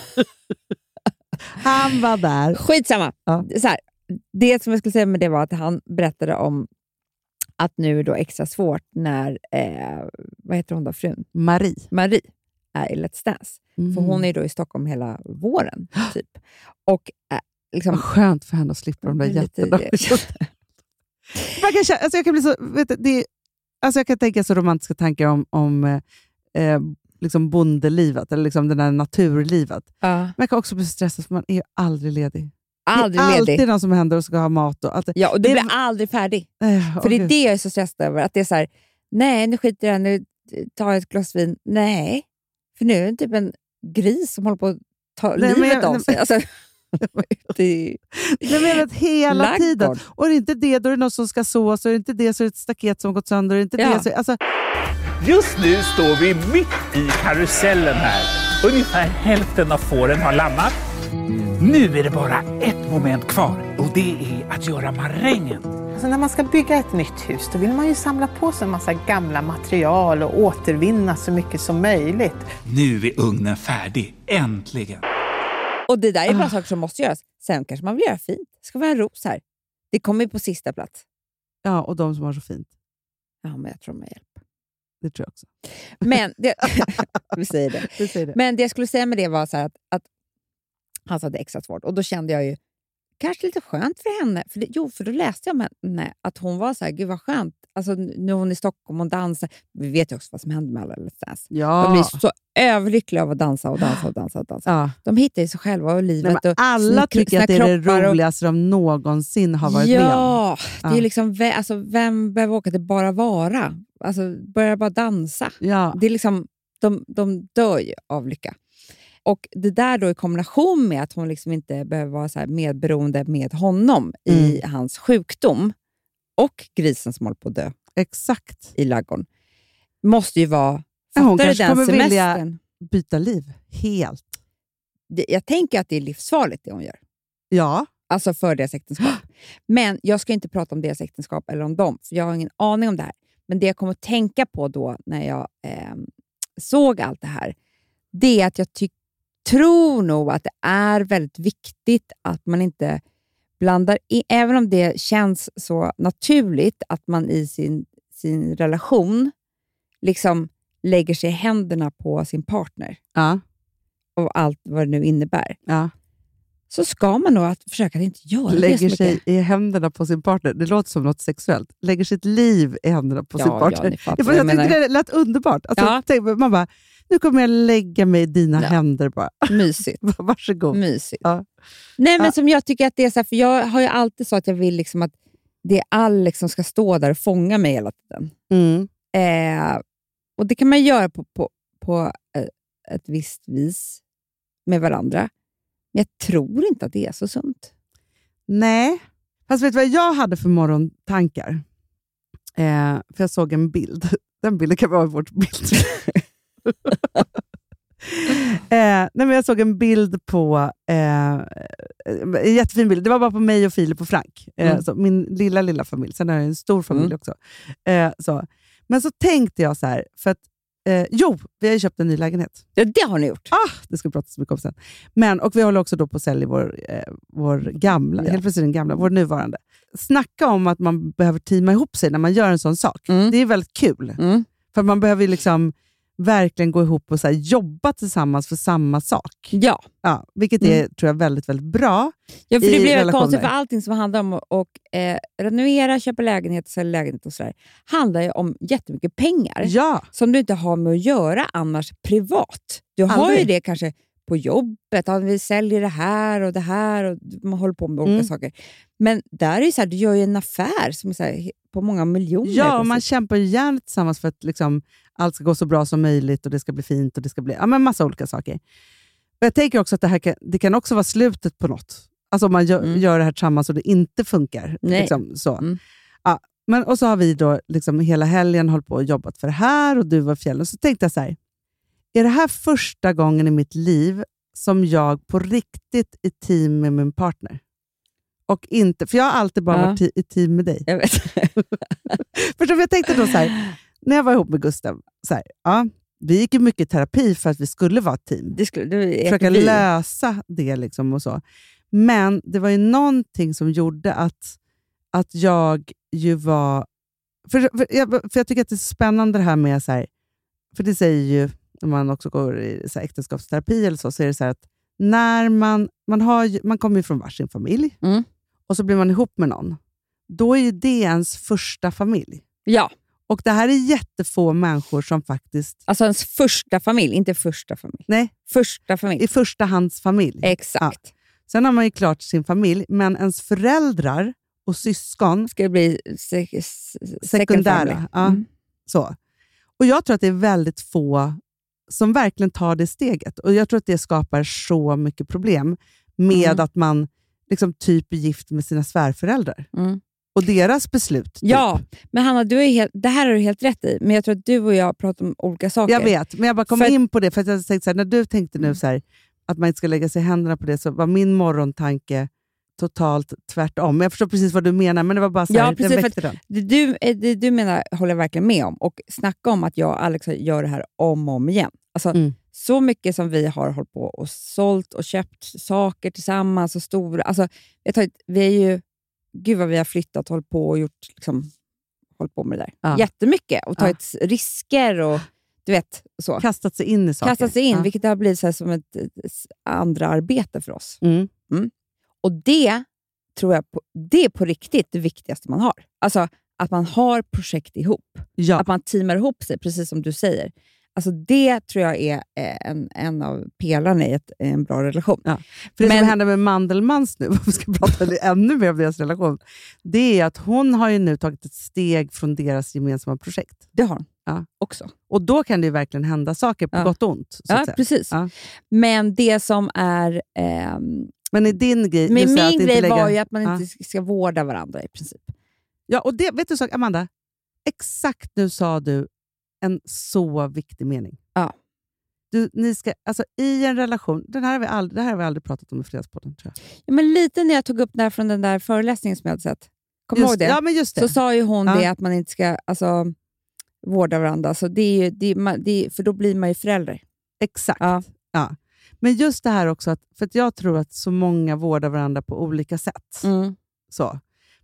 Speaker 6: Han var där.
Speaker 7: Skitsamma.
Speaker 6: Ja.
Speaker 7: Så här, det som jag skulle säga med det var att han berättade om att nu är det då extra svårt när, eh, vad heter hon då, frun?
Speaker 6: Marie.
Speaker 7: Marie är i Let's Dance.
Speaker 6: Mm.
Speaker 7: För hon är då i Stockholm hela våren. typ. Och eh, liksom...
Speaker 6: Vad skönt för henne att slippa de där
Speaker 7: Det är lite
Speaker 6: jätterna.
Speaker 7: det.
Speaker 6: Man kan, kä- alltså jag, kan bli så, vet du, det, är- alltså jag kan tänka så romantiska tankar om, om eh, eh, liksom bondelivet, eller liksom det där naturlivet.
Speaker 7: Ja,
Speaker 6: Men jag kan också bli så stressad för man är ju aldrig ledig.
Speaker 7: aldrig
Speaker 6: det är
Speaker 7: ledig.
Speaker 6: alltid någon som händer och ska ha mat. Och allt. det-
Speaker 7: Ja, och du
Speaker 6: det-
Speaker 7: blir aldrig färdig.
Speaker 6: Eh, åh
Speaker 7: För det är
Speaker 6: gud.
Speaker 7: det jag är så stressad över. Att det är så här, nej nu skiter jag i det här, nu tar jag ett glas vin. Nej, för nu är det typ en gris som håller på att ta
Speaker 6: men
Speaker 7: livet
Speaker 6: jag-
Speaker 7: av
Speaker 6: nej,
Speaker 7: sig. Alltså, det är
Speaker 6: Nej, men jag vet, hela tiden.
Speaker 7: ladugård.
Speaker 6: Och är det inte det, då är det någon som ska sås, och är det inte det så är det ett staket som har gått sönder. Och är det inte
Speaker 7: Ja.
Speaker 6: det, så, alltså,
Speaker 8: Just nu står vi mitt i karusellen här. Ungefär hälften av fåren har lammat. Nu är det bara ett moment kvar och det är att göra marängen.
Speaker 9: Alltså när man ska bygga ett nytt hus då vill man ju samla på sig en massa gamla material och återvinna så mycket som möjligt.
Speaker 8: Nu är ugnen färdig, äntligen.
Speaker 7: Och det där är bara
Speaker 6: Ah.
Speaker 7: saker som måste göras. Sen kanske man vill göra fint. Det ska vara en ros här. Det kommer ju på sista plats.
Speaker 6: ja, och de som har så fint.
Speaker 7: Ja, men jag tror mig hjälp.
Speaker 6: Det tror jag också.
Speaker 7: Men det, vi säger det.
Speaker 6: Du säger det.
Speaker 7: Men det jag skulle säga med det var så här att, att han sa det är extra svårt. Och då kände jag ju, kanske lite skönt för henne. För det, jo, för då läste jag om henne att hon var så här, gud vad skönt. Alltså nu är hon i Stockholm och dansar. Vi vet ju också vad som händer med alla Let's Dance. De
Speaker 6: ja.
Speaker 7: blir så överlyckliga av att dansa och dansa och dansa. Och dansa.
Speaker 6: ja.
Speaker 7: De hittar ju sig själva och livet.
Speaker 6: Nej, men
Speaker 7: och
Speaker 6: alla
Speaker 7: sina kro-
Speaker 6: tycker att det
Speaker 7: sina
Speaker 6: är det
Speaker 7: kroppar och-
Speaker 6: roligaste de någonsin har varit med om.
Speaker 7: ja, det är
Speaker 6: Ja.
Speaker 7: ju liksom, ve- alltså, vem behöver åka till Bara Vara? Alltså, börja bara dansa.
Speaker 6: Ja.
Speaker 7: Det är liksom, de, de dör ju av lycka. Och det där då i kombination med att hon liksom inte behöver vara så här medberoende med honom i
Speaker 6: Mm.
Speaker 7: hans sjukdom och grisen som håller på att dö
Speaker 6: Exakt.
Speaker 7: i ladugården måste ju vara...
Speaker 6: Ja, hon
Speaker 7: Fattar du
Speaker 6: kanske
Speaker 7: den
Speaker 6: kommer vilja-
Speaker 7: semestern?
Speaker 6: Byta liv. Helt.
Speaker 7: Det, jag tänker att det är livsfarligt det hon gör.
Speaker 6: Ja.
Speaker 7: Alltså för deras äktenskap. Men jag ska inte prata om deras äktenskap eller om dem, för jag har ingen aning om det här. Men det jag kom att tänka på då när jag ehm, såg allt det här, det är att jag ty- tror nog att det är väldigt viktigt att man inte blandar in, även om det känns så naturligt att man i sin, sin relation liksom lägger sig i händerna på sin partner
Speaker 6: Ja.
Speaker 7: och allt vad det nu innebär,
Speaker 6: ja.
Speaker 7: så ska man nog att försöka att inte göra det så
Speaker 6: Lägger
Speaker 7: mycket.
Speaker 6: sig i händerna på sin partner. Det låter som något sexuellt. Lägger sitt liv i händerna på sin partner.
Speaker 7: Ja, ni fattar
Speaker 6: jag
Speaker 7: vad
Speaker 6: jag
Speaker 7: jag
Speaker 6: tyckte
Speaker 7: menar.
Speaker 6: det lät underbart. Alltså,
Speaker 7: Ja.
Speaker 6: tänk, man bara, nu kommer jag lägga mig i dina
Speaker 7: Ja.
Speaker 6: händer bara.
Speaker 7: Mysigt.
Speaker 6: Varsågod.
Speaker 7: Mysigt.
Speaker 6: Ja.
Speaker 7: Nej, men
Speaker 6: Ja.
Speaker 7: som jag tycker att det är så här, för jag har ju alltid så att jag vill liksom att det är Alex som ska stå där och fånga mig hela tiden.
Speaker 6: Mm.
Speaker 7: Eh, och det kan man göra på, på, på eh, ett visst vis med varandra. Men jag tror inte att det är så sunt.
Speaker 6: Nej. Fast vet du vad jag hade för morgontankar? Eh, för jag såg en bild. Den bilden kan vara i vårt bild. eh, nej men jag såg en bild på... Eh, en jättefin bild. Det var bara på mig, och Filip och Frank. Eh,
Speaker 7: Mm.
Speaker 6: så min lilla, lilla familj. Sen har jag en stor familj
Speaker 7: Mm.
Speaker 6: också. Eh, så. Men så tänkte jag så här, för att... Eh, jo, vi har ju köpt en ny lägenhet.
Speaker 7: Ja, det har ni gjort.
Speaker 6: Ah, det ska vi prata så mycket om sen. Men, och vi håller också då på att sälja vår, eh, vår gamla,
Speaker 7: Ja.
Speaker 6: helt plötsligt den gamla, vår nuvarande. Snacka om att man behöver teama ihop sig när man gör en sån sak.
Speaker 7: Mm.
Speaker 6: Det är väldigt kul.
Speaker 7: Mm.
Speaker 6: För man behöver ju liksom verkligen gå ihop och så här, jobba tillsammans för samma sak.
Speaker 7: Ja,
Speaker 6: Ja, vilket är,
Speaker 7: Mm.
Speaker 6: tror jag, väldigt, väldigt bra.
Speaker 7: ja för
Speaker 6: I
Speaker 7: det blir väl
Speaker 6: relationer.
Speaker 7: konstigt för allting som handlar om att och, eh, renovera, köpa lägenhet, sälja lägenhet och sådär handlar ju om jättemycket pengar.
Speaker 6: Ja,
Speaker 7: som du inte har med att göra annars privat. Du har
Speaker 6: Aldrig.
Speaker 7: ju det kanske på jobbet. Ja, vi säljer det här och det här och man håller på med olika
Speaker 6: Mm.
Speaker 7: saker. Men där är det så här, du gör ju en affär som är så här, på många miljoner.
Speaker 6: Ja, och man
Speaker 7: precis.
Speaker 6: kämpar ju gärna tillsammans för att liksom, allt ska gå så bra som möjligt och det ska bli fint och det ska bli ja, men massa olika saker. Och jag tänker också att det här kan, det kan också vara slutet på något. Alltså om man gör,
Speaker 7: Mm.
Speaker 6: gör det här tillsammans och det inte funkar.
Speaker 7: Nej.
Speaker 6: Liksom, så.
Speaker 7: Mm.
Speaker 6: Ja, men, och så har vi då liksom hela helgen hållit på och jobbat för det här och du var i fjällen. Så tänkte jag så här, är det här första gången i mitt liv som jag på riktigt är team med min partner? Och inte, för jag har alltid bara
Speaker 7: Ja.
Speaker 6: varit i- i team med dig.
Speaker 7: Jag vet.
Speaker 6: Förstår du? Jag tänkte då så här, när jag var ihop med Gustav, så här, ja, vi gick ju mycket i terapi för att vi skulle vara ett team.
Speaker 7: Det skulle, det är
Speaker 6: Försöka
Speaker 7: vi.
Speaker 6: lösa det liksom och så. Men det var ju någonting som gjorde att, att jag ju var... För, för, jag, för jag tycker att det är spännande det här med, så här, för det säger ju, om man också går i så här, äktenskapsterapi eller så, så är det så här att när man, man, har, ju- man kommer ju från varsin familj
Speaker 7: Mm.
Speaker 6: och så blir man ihop med någon, då är ju det ens första familj.
Speaker 7: Ja,
Speaker 6: Och det här är jättefå människor som faktiskt
Speaker 7: alltså ens första familj, inte första familj.
Speaker 6: Nej.
Speaker 7: Första familj.
Speaker 6: i första hands familj.
Speaker 7: Eh. Exakt.
Speaker 6: Sen har man ju klart sin familj, men ens föräldrar och syskon,
Speaker 7: Ska det bli se- s- second family.
Speaker 6: sekundära. Ja,
Speaker 7: Mm.
Speaker 6: så. Och Jag tror att det är väldigt få som verkligen tar det steget. Och Jag tror att det skapar så mycket problem med
Speaker 7: Mm.
Speaker 6: att man liksom typ är gift med sina svärföräldrar
Speaker 7: Mm.
Speaker 6: och deras beslut. Typ.
Speaker 7: Ja, men Hanna, du är helt, det här har du helt rätt i, men jag tror att du och jag pratar om olika saker.
Speaker 6: Jag vet, men jag bara kom
Speaker 7: För att- Mm.
Speaker 6: in på det. För att jag tänkte så här, när du tänkte nu så här, att man inte ska lägga sig i händerna på det, så var min morgontanke totalt tvärtom. Jag förstår precis vad du menar, men det var bara så
Speaker 7: Ja,
Speaker 6: här,
Speaker 7: precis,
Speaker 6: den
Speaker 7: för
Speaker 6: väckte den.
Speaker 7: Det du, eh, det du menar håller jag verkligen med om. Och snacka om att jag och Alex gör det här om och om igen. Alltså,
Speaker 6: Mm.
Speaker 7: Så mycket som vi har hållit på och sålt och köpt saker tillsammans. Och stora, alltså, jag tar, ett- vi är ju, gud vad vi har flyttat och hållit på och gjort, liksom, hållit på med det där.
Speaker 6: Ja.
Speaker 7: Jättemycket och
Speaker 6: Ja.
Speaker 7: tagit risker och du vet så.
Speaker 6: Kastat sig in i saker.
Speaker 7: Kastat sig in,
Speaker 6: Ja.
Speaker 7: vilket har blivit så här som ett, ett andra arbete för oss.
Speaker 6: Mm.
Speaker 7: Och det tror jag på, det är på riktigt det viktigaste man har. Alltså att man har projekt ihop.
Speaker 6: Ja.
Speaker 7: Att man teamar ihop sig, precis som du säger. Alltså det tror jag är eh, en, en av pelarna i ett, en bra relation.
Speaker 6: Ja, För det
Speaker 7: Men-
Speaker 6: som hände med Mandelmans nu, om vi ska prata li- ännu mer om deras relation, det är att hon har ju nu tagit ett steg från deras gemensamma projekt.
Speaker 7: Det har hon
Speaker 6: Ja.
Speaker 7: också.
Speaker 6: Och då kan det ju verkligen hända saker på
Speaker 7: Ja.
Speaker 6: gott och ont. Så att
Speaker 7: Ja,
Speaker 6: säga.
Speaker 7: precis.
Speaker 6: Ja.
Speaker 7: Men det som är... ehm,
Speaker 6: Men i din grej... du
Speaker 7: men
Speaker 6: säger att
Speaker 7: min
Speaker 6: inte
Speaker 7: grej
Speaker 6: lägga-
Speaker 7: var ju att man
Speaker 6: Ja.
Speaker 7: inte ska- ska vårda varandra i princip.
Speaker 6: Ja, och det, vet du en sak, Amanda? Exakt nu sa du en så viktig mening.
Speaker 7: Ja.
Speaker 6: Du, ni ska, alltså, I en relation, den här har vi aldrig, det här har vi aldrig pratat om i Fredagspodden tror jag.
Speaker 7: Ja, men lite när jag tog upp det här från den där föreläsningen som jag hade sett. Kommer du
Speaker 6: just,
Speaker 7: ihåg det?
Speaker 6: Ja, men just det.
Speaker 7: så sa ju hon
Speaker 6: Ja.
Speaker 7: det att man inte ska alltså, vårda varandra, så det är ju, det, är- man, det, är- för då blir man ju förälder.
Speaker 6: Exakt.
Speaker 7: Ja.
Speaker 6: Men just det här också, att, för att jag tror att så många vårdar varandra på olika sätt.
Speaker 7: Mm.
Speaker 6: Så.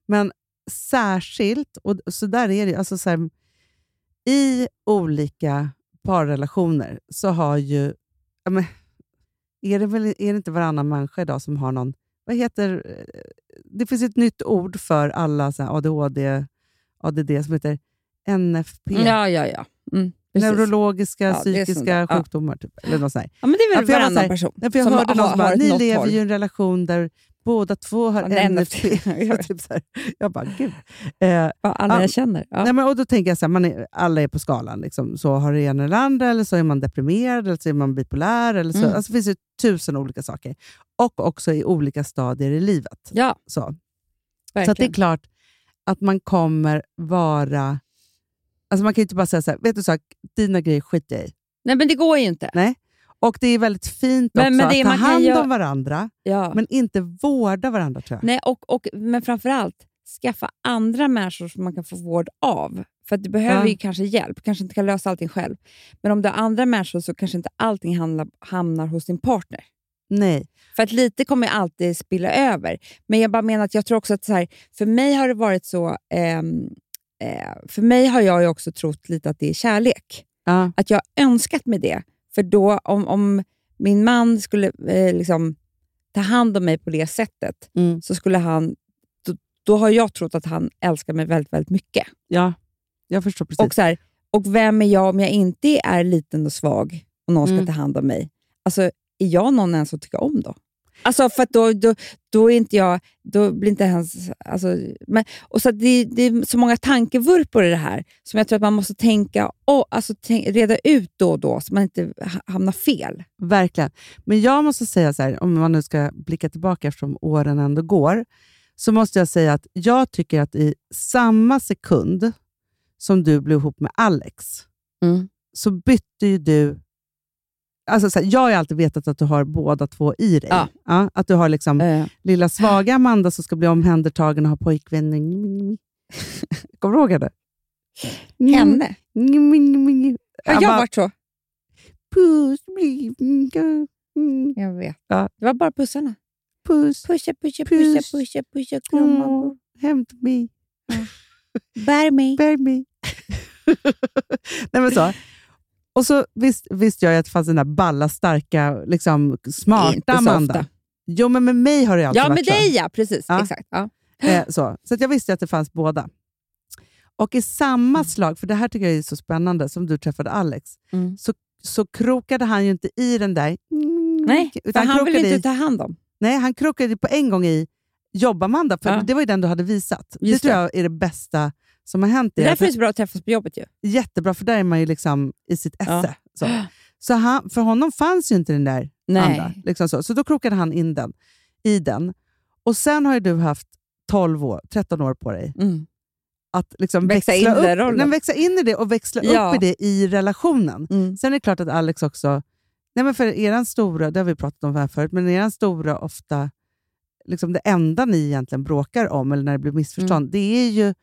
Speaker 6: Men särskilt, och så där är det ju, alltså så här, i olika parrelationer så har ju... ja, Men, är, det väl, är det inte varannan människa idag som har någon... Vad heter... eh, Det finns ett nytt ord för alla så här ADHD, ADD som heter NFP.
Speaker 7: Ja, ja, ja. Mm, precis.
Speaker 6: Neurologiska,
Speaker 7: Ja, det är sånt
Speaker 6: psykiska
Speaker 7: där. Ja.
Speaker 6: sjukdomar. Typ, eller något sånt här.
Speaker 7: ja, men det är
Speaker 6: Ja,
Speaker 7: väl
Speaker 6: för jag var så
Speaker 7: varannan
Speaker 6: här,
Speaker 7: person
Speaker 6: Nej, för jag hörde någon som bara,
Speaker 7: hört
Speaker 6: ni
Speaker 7: något
Speaker 6: lever
Speaker 7: håll."
Speaker 6: ju i en relation där båda två har
Speaker 7: Ja, det är
Speaker 6: NFP.
Speaker 7: NFP.
Speaker 6: typ så här. Jag bara, gud. Eh,
Speaker 7: Ja, alla
Speaker 6: Ja.
Speaker 7: jag känner. Ja.
Speaker 6: nej, men, och då tänker jag så här, man är, alla är på skalan. Liksom. Så har det ena eller andra, eller så är man deprimerad, eller så är man bipolär. Eller så.
Speaker 7: Mm.
Speaker 6: Alltså, det finns ju tusen olika saker. Och också i olika stadier i livet.
Speaker 7: ja,
Speaker 6: Så. Så att det är
Speaker 7: verkligen.
Speaker 6: klart att man kommer vara... Alltså man kan ju inte bara säga så här, vet du så dina grejer skiter jag i.
Speaker 7: Nej, men det går ju inte.
Speaker 6: Nej. Och det är väldigt fint
Speaker 7: Men-
Speaker 6: också
Speaker 7: men det-
Speaker 6: att
Speaker 7: man
Speaker 6: ta
Speaker 7: kan
Speaker 6: hand
Speaker 7: göra-
Speaker 6: om varandra,
Speaker 7: Ja.
Speaker 6: men inte vårda varandra tror jag.
Speaker 7: Nej, och, och, men framförallt, skaffa andra människor som man kan få vård av. För att du behöver
Speaker 6: Ja.
Speaker 7: ju kanske hjälp, kanske inte kan lösa allting själv. Men om du har andra människor så kanske inte allting hamnar, hamnar hos din partner.
Speaker 6: Nej.
Speaker 7: För att lite kommer jag alltid spilla över. Men jag bara menar att jag tror också att så här, för mig har det varit så... ehm, eh, för mig har jag ju också trott lite att det är kärlek.
Speaker 6: Ja.
Speaker 7: Att jag har önskat mig det. För då, om, om min man skulle eh, liksom, ta hand om mig på det sättet,
Speaker 6: Mm.
Speaker 7: så skulle han... Då, då har jag trott att han älskar mig väldigt, väldigt mycket.
Speaker 6: ja, jag förstår precis.
Speaker 7: Och, så här, och vem är jag om jag inte är liten och svag och någon ska
Speaker 6: Mm.
Speaker 7: ta hand om mig? Alltså, är jag någon ens att tycka om då? Alltså för att då, då, då är inte jag, då blir inte ens, alltså, men, och så att det, det är så många tankevurpor i det här som jag tror att man måste tänka och alltså, tänk, reda ut då och då så man inte ha- hamnar fel.
Speaker 6: Verkligen. Men jag måste säga så här, om man nu ska blicka tillbaka eftersom åren ändå går, så måste jag säga att jag tycker att i samma sekund som du blev ihop med Alex,
Speaker 7: Mm.
Speaker 6: så bytte ju du... Alltså så här, jag har ju alltid vetat att du har båda två i dig.
Speaker 7: Ja.
Speaker 6: att du har liksom
Speaker 7: Eh,
Speaker 6: lilla svaga Amanda som ska bli omhändertagen och ha pojkvän. Kommer du ihåg henne?
Speaker 7: henne? Har Mm. jag
Speaker 6: Amanda-
Speaker 7: varit så?
Speaker 6: Puss, mm, mm,
Speaker 7: Jag vet.
Speaker 6: Ja.
Speaker 7: Det var bara pussarna.
Speaker 6: puss,
Speaker 7: Pusha, pusha, pusha,
Speaker 6: Puss.
Speaker 7: pusha, pusha, krama.
Speaker 6: Åh.
Speaker 7: på.
Speaker 6: hämta mig.
Speaker 7: Bär mig.
Speaker 6: Bear me. Nej, men så. Och så visst, visst jag ju att det fanns den där balla, starka, liksom, smarta
Speaker 7: Inte så
Speaker 6: Amanda.
Speaker 7: ofta.
Speaker 6: Jo, men med mig har det ju alltid
Speaker 7: Ja,
Speaker 6: varit
Speaker 7: med
Speaker 6: så.
Speaker 7: dig ja, precis.
Speaker 6: Ja.
Speaker 7: Exakt. Ja.
Speaker 6: Eh, så så att jag visste ju att det fanns båda. Och i samma slag, för det här tycker jag är så spännande, som du träffade Alex,
Speaker 7: Mm.
Speaker 6: så, så krokade han ju inte i den där...
Speaker 7: Nej, för han vill
Speaker 6: krokade
Speaker 7: inte
Speaker 6: i,
Speaker 7: ta hand om.
Speaker 6: Nej, han krokade ju på en gång i jobb-Amanda, för
Speaker 7: Ja.
Speaker 6: det var ju den du hade visat. det
Speaker 7: Just
Speaker 6: tror
Speaker 7: det.
Speaker 6: jag är det bästa som har hänt.
Speaker 7: Det är
Speaker 6: er.
Speaker 7: därför det är så bra att träffas på jobbet ju.
Speaker 6: jättebra, för där är man ju liksom i sitt esse. Så, så han, för honom fanns ju inte den där
Speaker 7: Nej.
Speaker 6: andra. Liksom så. så då krokade han in den, i den. Och sen har ju du haft 12 år, 13 år på dig
Speaker 7: Mm.
Speaker 6: att liksom
Speaker 7: Växa
Speaker 6: växla,
Speaker 7: in i
Speaker 6: upp,
Speaker 7: den rollen.
Speaker 6: nej, men växa in i det och växla
Speaker 7: Ja.
Speaker 6: upp i det i relationen.
Speaker 7: Mm.
Speaker 6: Sen är det klart att Alex också, nej men för eran stora, det har vi pratat om här förut, men eran stora ofta, liksom det enda ni egentligen bråkar om eller när det blir missförstånd,
Speaker 7: Mm.
Speaker 6: det är ju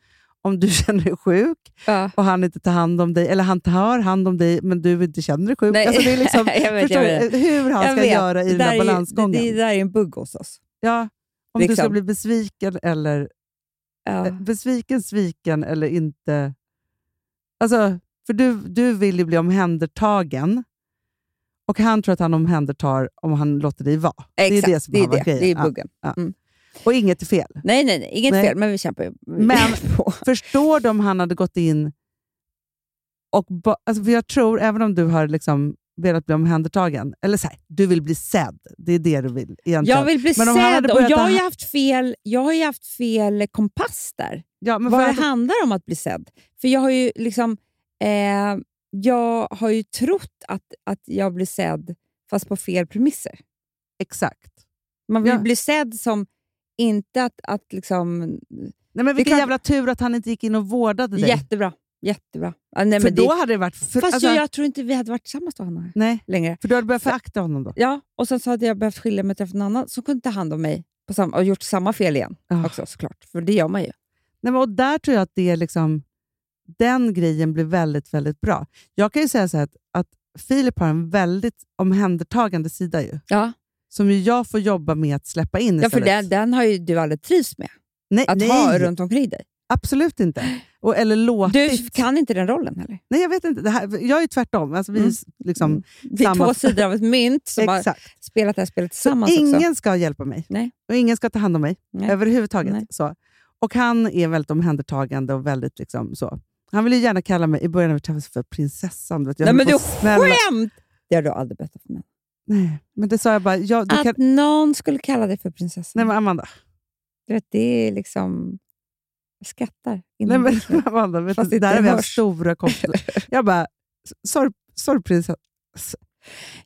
Speaker 6: om du känner dig sjuk
Speaker 7: Ja.
Speaker 6: och han inte tar hand om dig, eller han tar hand om dig men du inte känner dig sjuk.
Speaker 7: Nej.
Speaker 6: Alltså det är liksom,
Speaker 7: Jag vet,
Speaker 6: förstår
Speaker 7: jag
Speaker 6: du hur han
Speaker 7: Jag
Speaker 6: ska
Speaker 7: vet.
Speaker 6: göra i
Speaker 7: Det
Speaker 6: den där
Speaker 7: där är ju-
Speaker 6: balansgången.
Speaker 7: Det, det där är en bugg hos oss.
Speaker 6: ja, om du ska
Speaker 7: liksom.
Speaker 6: bli besviken eller
Speaker 7: Ja.
Speaker 6: eh, besviken, sviken eller inte. Alltså, för du, du vill ju bli omhändertagen och han tror att han omhändertar om han låter dig vara.
Speaker 7: Exakt,
Speaker 6: det är det som
Speaker 7: det
Speaker 6: har
Speaker 7: är,
Speaker 6: varit
Speaker 7: det.
Speaker 6: grejen.
Speaker 7: Det är
Speaker 6: Ja.
Speaker 7: buggen. Mm.
Speaker 6: Och inget är fel.
Speaker 7: Nej, nej, nej. Inget
Speaker 6: Nej.
Speaker 7: fel, men vi kämpar ju
Speaker 6: Men-
Speaker 7: på.
Speaker 6: Förstår du om han hade gått in och... Ba- alltså för jag tror, även om du har liksom velat bli omhändertagen, eller så här, du vill bli sedd. Det är det du vill egentligen.
Speaker 7: Jag vill bli
Speaker 6: Men om han hade
Speaker 7: sedd och
Speaker 6: börjat
Speaker 7: jag
Speaker 6: ta
Speaker 7: har, ju
Speaker 6: hand-
Speaker 7: haft fel, jag har ju haft fel kompass där.
Speaker 6: ja, men för
Speaker 7: Vad det
Speaker 6: att,
Speaker 7: handlar om att bli sedd. För jag har ju liksom eh, jag har ju trott att, att jag blir sedd, fast på fel premisser.
Speaker 6: Exakt.
Speaker 7: Man vill
Speaker 6: Ja.
Speaker 7: bli sedd som inte att, att liksom...
Speaker 6: Nej, men vilken
Speaker 7: klart-
Speaker 6: jävla tur att han inte gick in och vårdade dig.
Speaker 7: Jättebra. Jättebra. Ja, nej,
Speaker 6: för
Speaker 7: men det,
Speaker 6: då hade det varit... För,
Speaker 7: fast
Speaker 6: alltså-
Speaker 7: jag tror inte vi hade varit tillsammans då, Hanna,
Speaker 6: Nej,
Speaker 7: längre.
Speaker 6: för du hade börjat förakta honom då.
Speaker 7: Ja, och sen så hade jag behövt skilja mig till någon annan som kunde ta hand om mig på samma, och gjort samma fel igen
Speaker 6: Ja.
Speaker 7: också såklart. För det gör man ju.
Speaker 6: Nej, men och där tror jag att det är liksom, den grejen blir väldigt, väldigt bra. Jag kan ju säga så här att, att Filip har en väldigt omhändertagande sida ju,
Speaker 7: Ja,
Speaker 6: som ju jag får jobba med att släppa in
Speaker 7: ja för
Speaker 6: istället.
Speaker 7: den, den har ju du aldrig trivs med.
Speaker 6: nej,
Speaker 7: Att
Speaker 6: nej,
Speaker 7: ha runt omkring dig.
Speaker 6: absolut inte. Och, eller låtit.
Speaker 7: Du kan inte den rollen heller.
Speaker 6: Nej, jag vet inte. Det här, jag är ju tvärtom. Alltså, vi är
Speaker 7: Mm.
Speaker 6: s- liksom,
Speaker 7: Mm. Vi är
Speaker 6: Samma-
Speaker 7: två sidor av ett mynt som har
Speaker 6: Exakt.
Speaker 7: spelat det här spelet
Speaker 6: Så
Speaker 7: tillsammans också.
Speaker 6: ingen ska hjälpa mig.
Speaker 7: Nej.
Speaker 6: Och ingen ska ta hand om mig
Speaker 7: Nej.
Speaker 6: överhuvudtaget.
Speaker 7: Nej.
Speaker 6: Så. Och han är väldigt omhändertagande och väldigt liksom så. Han ville ju gärna kalla mig, i början när vi träffades, för prinsessan. du Vet jag
Speaker 7: Nej
Speaker 6: höll
Speaker 7: men
Speaker 6: på
Speaker 7: du
Speaker 6: att smälla-
Speaker 7: skämt! Det har du aldrig berättat för mig.
Speaker 6: Nej, men det sa jag bara. Jag, du
Speaker 7: Att
Speaker 6: kan,
Speaker 7: någon skulle kalla dig för
Speaker 6: nej
Speaker 7: prinsessan.
Speaker 6: men Amanda.
Speaker 7: Du vet, det är liksom... Jag skrattar.
Speaker 6: Nej, men,
Speaker 7: inombords nu.
Speaker 6: Amanda vet
Speaker 7: Fast
Speaker 6: du,
Speaker 7: inte
Speaker 6: där har vi haft
Speaker 7: hörs.
Speaker 6: stora konflikter. Jag bara, sorry, sorry prinsessan.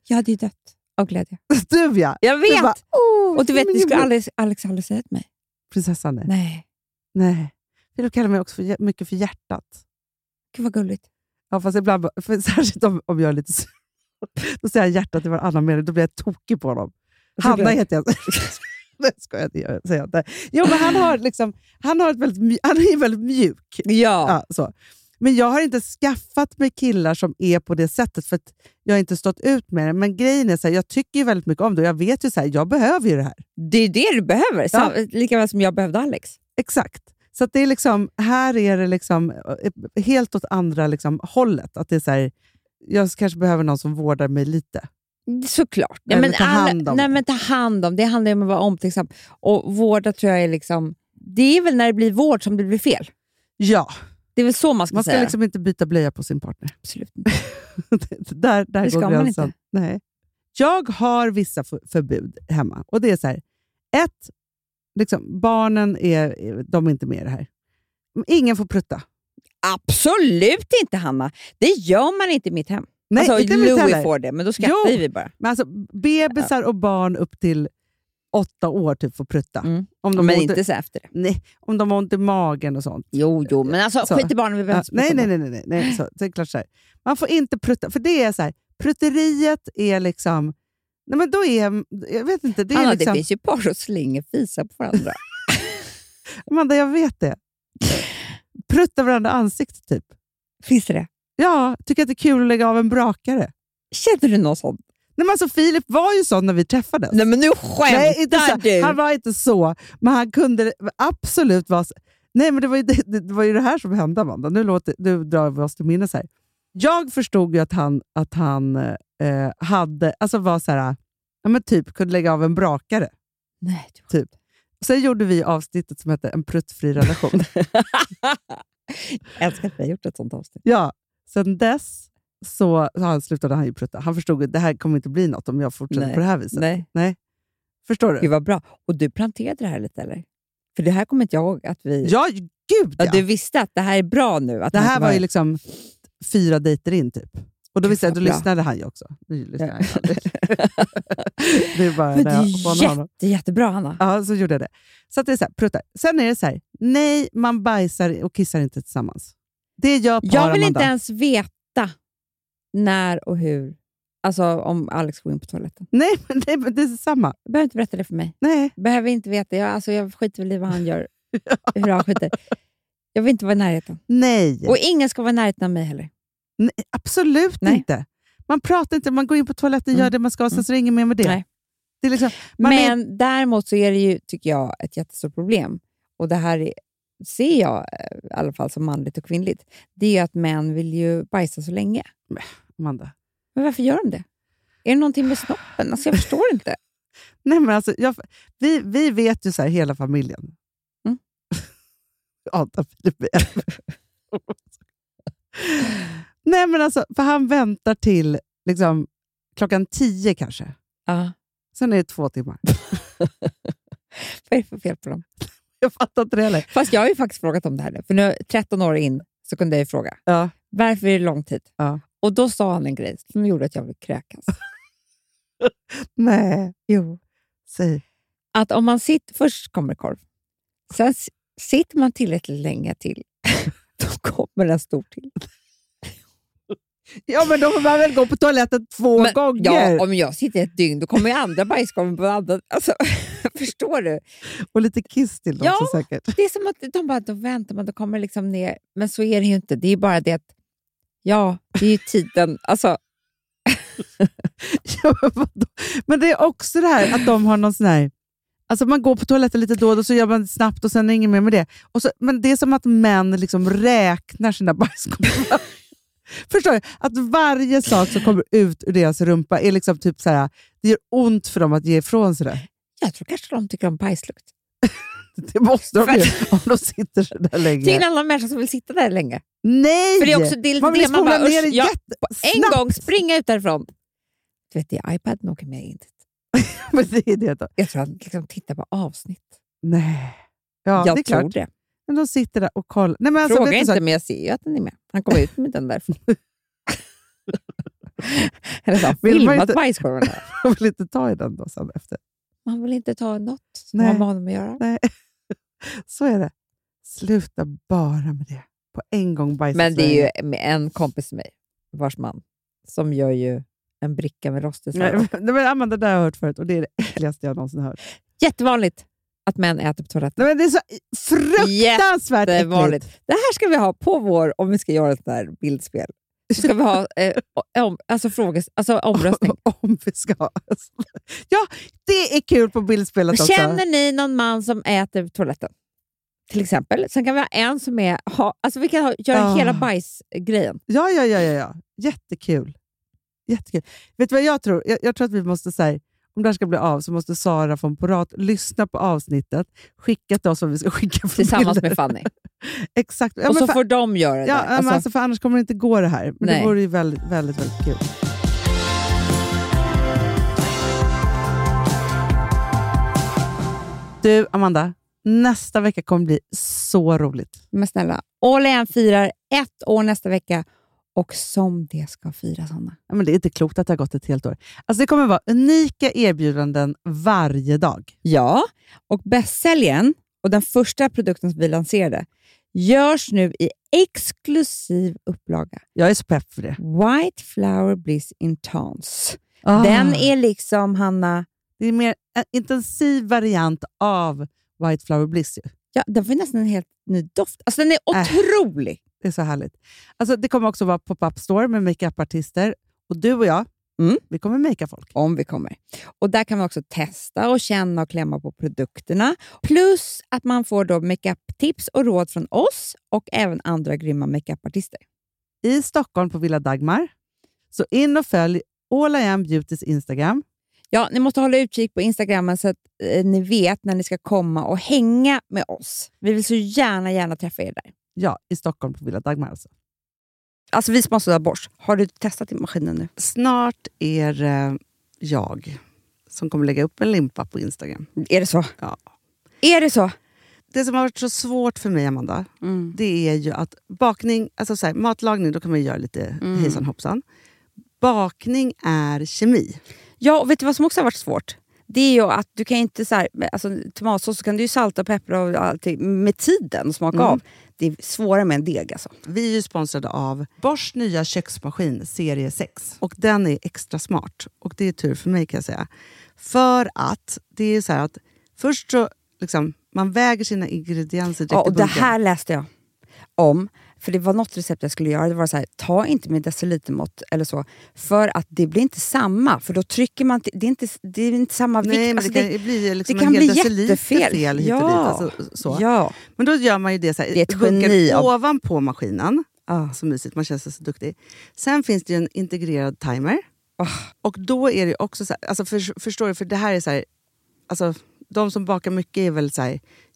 Speaker 7: Jag hade ju dött av glädje.
Speaker 6: Du ja! Du
Speaker 7: Jag vet!
Speaker 6: bara, åh,
Speaker 7: och du vet,
Speaker 6: men
Speaker 7: det skulle
Speaker 6: gud.
Speaker 7: Alex, Alex aldrig säga till mig.
Speaker 6: Prinsessan nej.
Speaker 7: Nej.
Speaker 6: nej. Vill du kalla mig också för, hjär- mycket för hjärtat?
Speaker 7: Gud vad gulligt.
Speaker 6: Ja, fast ibland, bara- för, särskilt om, om jag är lite sur. Då säger jag hjärtat i varannan mening, då blir jag tokig på honom. Hanna heter jag. Nej, skojar, det gör jag- säger jag inte. Jo, men han, har liksom, han, har ett väldigt, mj- han är väldigt mjuk.
Speaker 7: Ja.
Speaker 6: Ja, så. Men jag har inte skaffat mig killar som är på det sättet, för att jag har inte stått ut med det. Men grejen är så här, jag tycker ju väldigt mycket om det och jag vet ju så här, jag behöver ju det här.
Speaker 7: Det är det du behöver. Sam- Lika väl som jag behövde Alex.
Speaker 6: Exakt. Så att det är liksom, här är det liksom eh, helt åt andra liksom, hållet. Att det är så här, jag kanske behöver någon som vårdar mig lite.
Speaker 7: Såklart. Nej,
Speaker 6: Eller
Speaker 7: men
Speaker 6: ta hand om
Speaker 7: nej,
Speaker 6: det.
Speaker 7: men ta hand om. Det handlar ju om att vara omtänksam. Och vårda tror jag är liksom... Det är väl när det blir vård som det blir fel.
Speaker 6: Ja,
Speaker 7: Det är väl så man ska,
Speaker 6: man ska
Speaker 7: säga.
Speaker 6: liksom inte byta blöja på sin partner.
Speaker 7: Absolut inte.
Speaker 6: där där
Speaker 7: Det ska
Speaker 6: går
Speaker 7: man
Speaker 6: gränsen.
Speaker 7: inte.
Speaker 6: Nej. Jag har vissa f- förbud hemma. Och det är så här, ett, liksom, barnen är, de är inte med i det här. Ingen får prutta.
Speaker 7: Absolut inte Hanna! Det gör man inte i mitt hem.
Speaker 6: Nej,
Speaker 7: alltså,
Speaker 6: inte mitt
Speaker 7: Louis
Speaker 6: heller.
Speaker 7: får det, men då skrattar
Speaker 6: Jo.
Speaker 7: vi bara.
Speaker 6: Men alltså, bebisar och barn upp till åtta år typ får prutta.
Speaker 7: Mm.
Speaker 6: Om, de
Speaker 7: Men
Speaker 6: har ont i-
Speaker 7: inte så efter det.
Speaker 6: nej, om de har ont i magen och sånt.
Speaker 7: Jo, jo, men alltså
Speaker 6: Så.
Speaker 7: skit i barnen, vi behöver
Speaker 6: Ja,
Speaker 7: inte
Speaker 6: nej,
Speaker 7: prata
Speaker 6: nej,
Speaker 7: om
Speaker 6: nej, nej, nej. nej. Så, det är klart så här. Man får inte prutta. För det är så här, prutteriet är liksom... Nej, men då är... Jag vet inte. Det
Speaker 7: det.
Speaker 6: är
Speaker 7: Hanna,
Speaker 6: liksom,
Speaker 7: det finns ju par som slänger fisar på varandra.
Speaker 6: Amanda, jag vet det. Prutta varandra i ansiktet typ.
Speaker 7: finns det det?
Speaker 6: Ja, tycker att det är kul att lägga av en brakare.
Speaker 7: Känner du någon sån?
Speaker 6: Nej, men alltså, Filip var ju sån när vi träffades.
Speaker 7: Nej, men nu
Speaker 6: Nej,
Speaker 7: skämtar
Speaker 6: inte
Speaker 7: du!
Speaker 6: så, han var inte så, men han kunde absolut vara... så- Nej, men det var ju det, det, var ju det här som hände, Amanda. Nu, låter, nu drar vi oss till minnes här. Jag förstod ju att han, att han eh, hade, alltså var så här, ja, men typ kunde lägga av en brakare.
Speaker 7: Nej, du...
Speaker 6: Typ. Sen gjorde vi avsnittet som hette En pruttfri relation.
Speaker 7: Jag älskar att vi har gjort ett sånt avsnitt.
Speaker 6: ja, sen dess så, så han slutade han ju prutta. Han förstod att det här kommer inte bli något om jag fortsätter
Speaker 7: Nej,
Speaker 6: på det här viset.
Speaker 7: Nej.
Speaker 6: Förstår du?
Speaker 7: Gud vad bra. Och du planterade det här lite eller? För det här kommer inte jag ihåg att vi...
Speaker 6: Ja, gud
Speaker 7: Ja,
Speaker 6: ja.
Speaker 7: Du visste att det här är bra nu? Att
Speaker 6: Det
Speaker 7: man
Speaker 6: här
Speaker 7: inte
Speaker 6: var ju liksom fyra dejter in typ. Och då visste jag, då
Speaker 7: vad bra.
Speaker 6: lyssnade han ju också. Nu lyssnar
Speaker 7: Ja.
Speaker 6: han ju aldrig. det är bara
Speaker 7: Men det
Speaker 6: när jag
Speaker 7: är
Speaker 6: hånar honom.
Speaker 7: jätte, jättebra Hanna.
Speaker 6: Ja, så gjorde jag det. Så att det är så här, pruttar. Sen är det så här, nej, man bajsar och kissar inte tillsammans. Det gör par,
Speaker 7: Jag vill inte
Speaker 6: Amanda.
Speaker 7: ens veta när och hur, alltså om Alex går in på toaletten.
Speaker 6: Nej, men, nej, men det är samma.
Speaker 7: Behöver inte berätta det för mig.
Speaker 6: Nej.
Speaker 7: Behöver inte veta. Jag, alltså, jag skiter väl i vad han gör. hur han skiter. Jag vill inte vara i närheten.
Speaker 6: Nej.
Speaker 7: Och ingen ska vara i närheten av mig heller.
Speaker 6: nej absolut
Speaker 7: Nej.
Speaker 6: inte. Man pratar inte, man går in på toaletten,
Speaker 7: Mm.
Speaker 6: gör det man ska, sen så är det inget mer med det.
Speaker 7: Nej.
Speaker 6: det är liksom, man är-
Speaker 7: Men däremot så är det ju, tycker jag, ett jättestort problem. Och det här är, ser jag eh, i alla fall som manligt och kvinnligt. Det är ju att män vill ju bajsa så länge.
Speaker 6: Amanda.
Speaker 7: Men varför gör de det? Är det någonting med snoppen? Alltså, jag förstår inte.
Speaker 6: Nej, men alltså, jag, vi, vi vet ju så här, hela familjen.
Speaker 7: Mm.
Speaker 6: Adam Filip är äldre. Nej, men alltså, för han väntar till liksom, klockan tio kanske.
Speaker 7: Ja.
Speaker 6: Sen är det två timmar.
Speaker 7: Vad är det för fel på dem?
Speaker 6: Jag fattar inte det heller.
Speaker 7: Fast jag har ju faktiskt frågat om det här nu. För nu, 13 år in, så kunde jag ju fråga.
Speaker 6: Ja.
Speaker 7: Varför är det lång tid?
Speaker 6: Ja.
Speaker 7: Och då sa han en grej som gjorde att jag blev kräkas.
Speaker 6: Nej,
Speaker 7: Jo.
Speaker 6: säg.
Speaker 7: Att om man sitter, först kommer korv, sen s- sitter man tillräckligt länge till, då kommer en stor till.
Speaker 6: Ja, men då får man väl gå på toaletten två
Speaker 7: Men-
Speaker 6: gånger.
Speaker 7: Ja, om jag sitter ett dygn, då kommer ju andra bajskorvar på andra... Alltså, förstår du?
Speaker 6: Och lite kiss till dem
Speaker 7: Ja.
Speaker 6: så säkert.
Speaker 7: Det är som att de bara, då väntar man, då kommer det liksom ner. Men så är det ju inte. Det är bara det att, ja, det är ju tiden. Alltså,
Speaker 6: Ja, men vadå? men det är också det här att de har någon sån här... Alltså man går på toaletten lite då och då, så gör man snabbt och sen är det inget mer med det. Och så, men det är som att män liksom räknar sina bajskorvar. Förstår du? Att varje sak som kommer ut ur deras rumpa är liksom typ så här, det gör ont för dem att ge ifrån sig det.
Speaker 7: jag tror kanske de tycker om bajslukt.
Speaker 6: Det måste de ju, om de sitter så där
Speaker 7: Det är en
Speaker 6: länge.
Speaker 7: annan människa som vill sitta där länge.
Speaker 6: Nej!
Speaker 7: För det är också det, är lite
Speaker 6: man vill
Speaker 7: det man
Speaker 6: spola
Speaker 7: bara,
Speaker 6: ner det
Speaker 7: usch, ja, en
Speaker 6: jättesnabbt.
Speaker 7: gång springa ut därifrån. Du vet, det är iPaden åker med in.
Speaker 6: Men det är det då.
Speaker 7: Jag tror han liksom tittar på avsnitt.
Speaker 6: Nej. Ja,
Speaker 7: jag
Speaker 6: det är klart.
Speaker 7: tror det.
Speaker 6: Men de sitter där och kollar. Nej, men alltså,
Speaker 7: Fråga
Speaker 6: vet du så-
Speaker 7: inte, men jag ser ju att den är med. Han kommer ut med den därifrån. Eller så har han
Speaker 6: Vill man
Speaker 7: filmat
Speaker 6: inte-
Speaker 7: bajskorvarna.
Speaker 6: Man vill inte ta i den då sen efter.
Speaker 7: Man vill inte ta något som
Speaker 6: Nej.
Speaker 7: har med honom att göra.
Speaker 6: Nej. Så är det. Sluta bara med det. På en gång bajsa
Speaker 7: Men det är
Speaker 6: Sverige.
Speaker 7: ju med en kompis till mig, vars man, som gör ju en bricka med rostig
Speaker 6: Nej,
Speaker 7: sallad.
Speaker 6: men- nej, men Amanda, det där har jag hört förut och det är det äckligaste jag någonsin har hört.
Speaker 7: Jättevanligt att män äter på toaletten.
Speaker 6: Nej, men det är så fruktansvärt
Speaker 7: Jättevanligt.
Speaker 6: äckligt.
Speaker 7: Det här ska vi ha på vår, om vi ska göra ett sånt här bildspel, så ska vi ha eh, om, alltså fråges, alltså omröstning.
Speaker 6: Om vi ska ha. Ja, det är kul på bildspelet också.
Speaker 7: Känner ni någon man som äter på toaletten? Till exempel. Sen kan vi ha en som är... Ha, alltså vi kan ha, göra
Speaker 6: Ah.
Speaker 7: hela bajsgrejen.
Speaker 6: Ja, ja, ja, ja, ja. Jättekul. Jättekul. Vet du vad jag tror? Jag, jag tror att vi måste säga om det här ska bli av så måste Sara från Porat lyssna på avsnittet, skicka till oss vad vi ska skicka för
Speaker 7: Tillsammans
Speaker 6: bilder.
Speaker 7: med Fanny.
Speaker 6: Exakt. Ja,
Speaker 7: och
Speaker 6: men fa-
Speaker 7: så får de göra
Speaker 6: Ja,
Speaker 7: det.
Speaker 6: men alltså, för annars kommer det inte gå det här. Men
Speaker 7: Nej.
Speaker 6: det vore ju väldigt, väldigt, väldigt kul. Du, Amanda, nästa vecka kommer bli så roligt.
Speaker 7: Men snälla, All In firar ett år nästa vecka och som det ska firas, Hanna.
Speaker 6: Ja, men det är inte klokt att det har gått ett helt år. Alltså, det kommer vara unika erbjudanden varje dag.
Speaker 7: Ja, och bästsäljaren och den första produkten som vi lanserade görs nu i exklusiv upplaga.
Speaker 6: Jag är så pepp för det.
Speaker 7: White Flower Bliss Intense. Den är liksom, Hanna,
Speaker 6: Det är mer en intensiv variant av White Flower Bliss. Ju.
Speaker 7: ja, den får ju nästan en helt ny doft. Alltså den är otrolig.
Speaker 6: Det är så härligt. Alltså, det kommer också vara pop-up store med makeup-artister. Och du och jag,
Speaker 7: Mm.
Speaker 6: vi kommer makea folk.
Speaker 7: om vi kommer. Och Där kan man också testa och känna och klämma på produkterna. Plus att man får då makeup-tips och råd från oss och även andra grymma makeupartister.
Speaker 6: I Stockholm på Villa Dagmar. Så in och följ All I Am Beautys Instagram.
Speaker 7: Ja, ni måste hålla utkik på Instagrammen så att eh, ni vet när ni ska komma och hänga med oss. Vi vill så gärna, gärna träffa er där.
Speaker 6: Ja, i Stockholm på Villa Dagmar alltså.
Speaker 7: Alltså vi som har sådär borst, har du testat i maskinen nu?
Speaker 6: Snart är eh, jag som kommer lägga upp en limpa på Instagram.
Speaker 7: Är det så?
Speaker 6: Ja.
Speaker 7: Är det så?
Speaker 6: Det som har varit så svårt för mig, Amanda, det är ju att bakning, alltså så här, matlagning, då kan man ju göra lite hejsan hoppsan. Bakning är kemi.
Speaker 7: Ja, och vet du vad som också har varit svårt? Det är ju att du kan inte så här, alltså, tomatsås så kan du ju salta och peppra och allting med tiden och smaka
Speaker 6: Mm.
Speaker 7: av. Det är svårare med en deg alltså.
Speaker 6: Vi är ju sponsrade av Bors nya köksmaskin serie 6. Och den är extra smart. Och det är tur för mig kan jag säga. För att det är så här att först så liksom, man väger sina ingredienser direkt
Speaker 7: Ja, och
Speaker 6: i
Speaker 7: det
Speaker 6: bunken.
Speaker 7: här läste jag om. För det var något recept jag skulle göra. Det var så här, ta inte med decilitermått eller så. För att det blir inte samma. För då trycker man, till- det är inte, det är inte samma vikt.
Speaker 6: Nej, men
Speaker 7: Alltså,
Speaker 6: det kan ju bli liksom
Speaker 7: det kan
Speaker 6: en hel
Speaker 7: bli
Speaker 6: deciliter
Speaker 7: jättefel.
Speaker 6: fel hit och dit.
Speaker 7: Ja.
Speaker 6: Alltså, så.
Speaker 7: Ja.
Speaker 6: Men då gör man ju det så här,
Speaker 7: Det är ett
Speaker 6: dunkar
Speaker 7: geni av-
Speaker 6: ovanpå maskinen.
Speaker 7: Ah.
Speaker 6: Så mysigt, man känns så duktig. Sen finns det ju en integrerad timer.
Speaker 7: Ah.
Speaker 6: Och då är det ju också så här, alltså för, förstår du, för det här är så här, alltså de som bakar mycket är väl så här,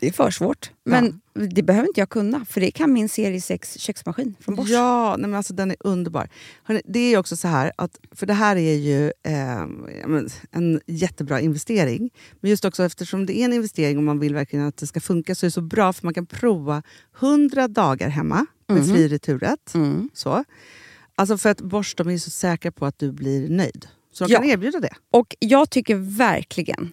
Speaker 7: Det är för svårt. Men det behöver inte jag kunna, för det kan min serie 6 köksmaskin från Bosch.
Speaker 6: Ja, nej men alltså, den är underbar. Hörrni, det är ju också så här, att, för det här är ju eh, ja, men en jättebra investering. Men just också eftersom det är en investering och man vill verkligen att det ska funka så är det så bra för man kan prova 100 dagar hemma med
Speaker 7: Mhm.
Speaker 6: fri returrätt.
Speaker 7: Mm.
Speaker 6: Så. Alltså för att Bosch de är ju så säkra på att du blir nöjd. Så de
Speaker 7: Ja.
Speaker 6: kan erbjuda det.
Speaker 7: Och jag tycker verkligen,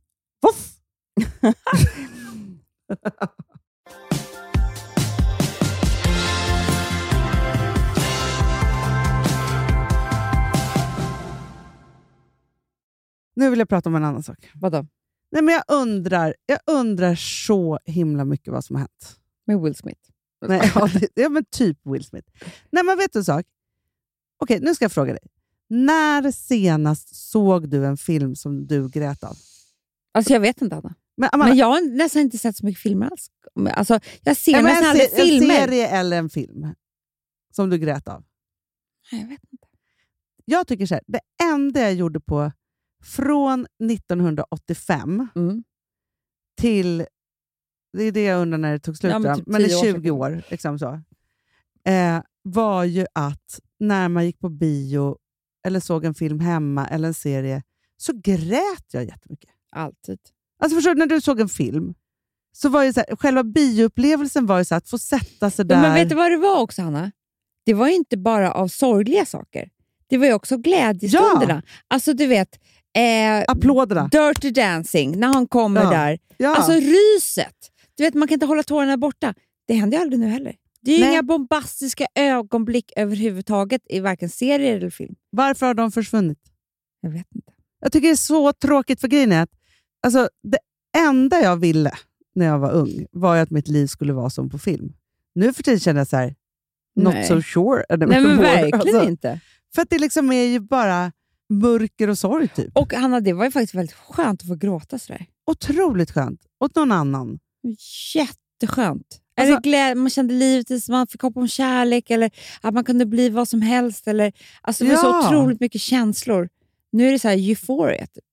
Speaker 4: Voff!
Speaker 6: Nu vill jag prata om en annan sak.
Speaker 7: Vadå?
Speaker 6: Nej, men jag, undrar, jag undrar så himla mycket vad som har hänt.
Speaker 7: med Will Smith.
Speaker 6: Nej, ja, det, ja, men typ Will Smith. Nej, men vet du en sak? Okej, nu ska jag fråga dig. När senast såg du en film som du grät av?
Speaker 7: Alltså jag vet inte Anna.
Speaker 6: Men, Amanda,
Speaker 7: Men jag har nästan inte sett så mycket filmer alls. Men Alltså, jag ser
Speaker 6: ja, men
Speaker 7: nästan
Speaker 6: en, se-
Speaker 7: aldrig
Speaker 6: en
Speaker 7: filmer.
Speaker 6: serie eller en film som du grät av?
Speaker 7: Nej, jag vet inte.
Speaker 6: Jag tycker så här, det enda jag gjorde på från 1985
Speaker 7: Mm.
Speaker 6: till... Det är det jag undrar när det tog slut,
Speaker 7: Ja, men
Speaker 6: men,
Speaker 7: typ
Speaker 6: men i
Speaker 7: 10 år sedan.
Speaker 6: 20 år. Liksom så, eh, var ju att när man gick på bio eller såg en film hemma eller en serie så grät jag jättemycket.
Speaker 7: Alltid.
Speaker 6: Alltså förstår du, när du såg en film så var ju så här, själva bioupplevelsen var ju så här, att få sätta sig där.
Speaker 7: Ja, men vet du vad det var också, Hanna? Det var ju inte bara av sorgliga saker. Det var ju också glädjestunderna. Alltså, du vet, eh,
Speaker 6: Applåderna.
Speaker 7: Dirty Dancing, när han kommer
Speaker 6: Ja.
Speaker 7: där.
Speaker 6: Ja.
Speaker 7: Alltså ryset! Du vet, man kan inte hålla tårarna borta. Det händer ju aldrig nu heller. Det är ju
Speaker 6: Nej.
Speaker 7: inga bombastiska ögonblick överhuvudtaget i varken serier eller film.
Speaker 6: Varför har de försvunnit?
Speaker 7: Jag vet inte.
Speaker 6: Jag tycker det är så tråkigt för grejen är att alltså, det enda jag ville när jag var ung var ju att mitt liv skulle vara som på film. Nu för tiden känner jag så här, not
Speaker 7: Nej.
Speaker 6: so sure. Eller
Speaker 7: Nej, men
Speaker 6: vad-
Speaker 7: verkligen
Speaker 6: alltså,
Speaker 7: inte.
Speaker 6: För att det liksom är ju bara mörker och sorg typ.
Speaker 7: Och Hanna, det var ju faktiskt väldigt skönt att få gråta sådär.
Speaker 6: Otroligt skönt. Åt någon annan.
Speaker 7: Jätteskönt.
Speaker 6: Alltså-
Speaker 7: eller glä- man kände livet i sig, man fick hopp om kärlek eller att man kunde bli vad som helst. Eller, alltså det var
Speaker 6: Ja.
Speaker 7: så otroligt mycket känslor. Nu är det så här euphoria. Typ.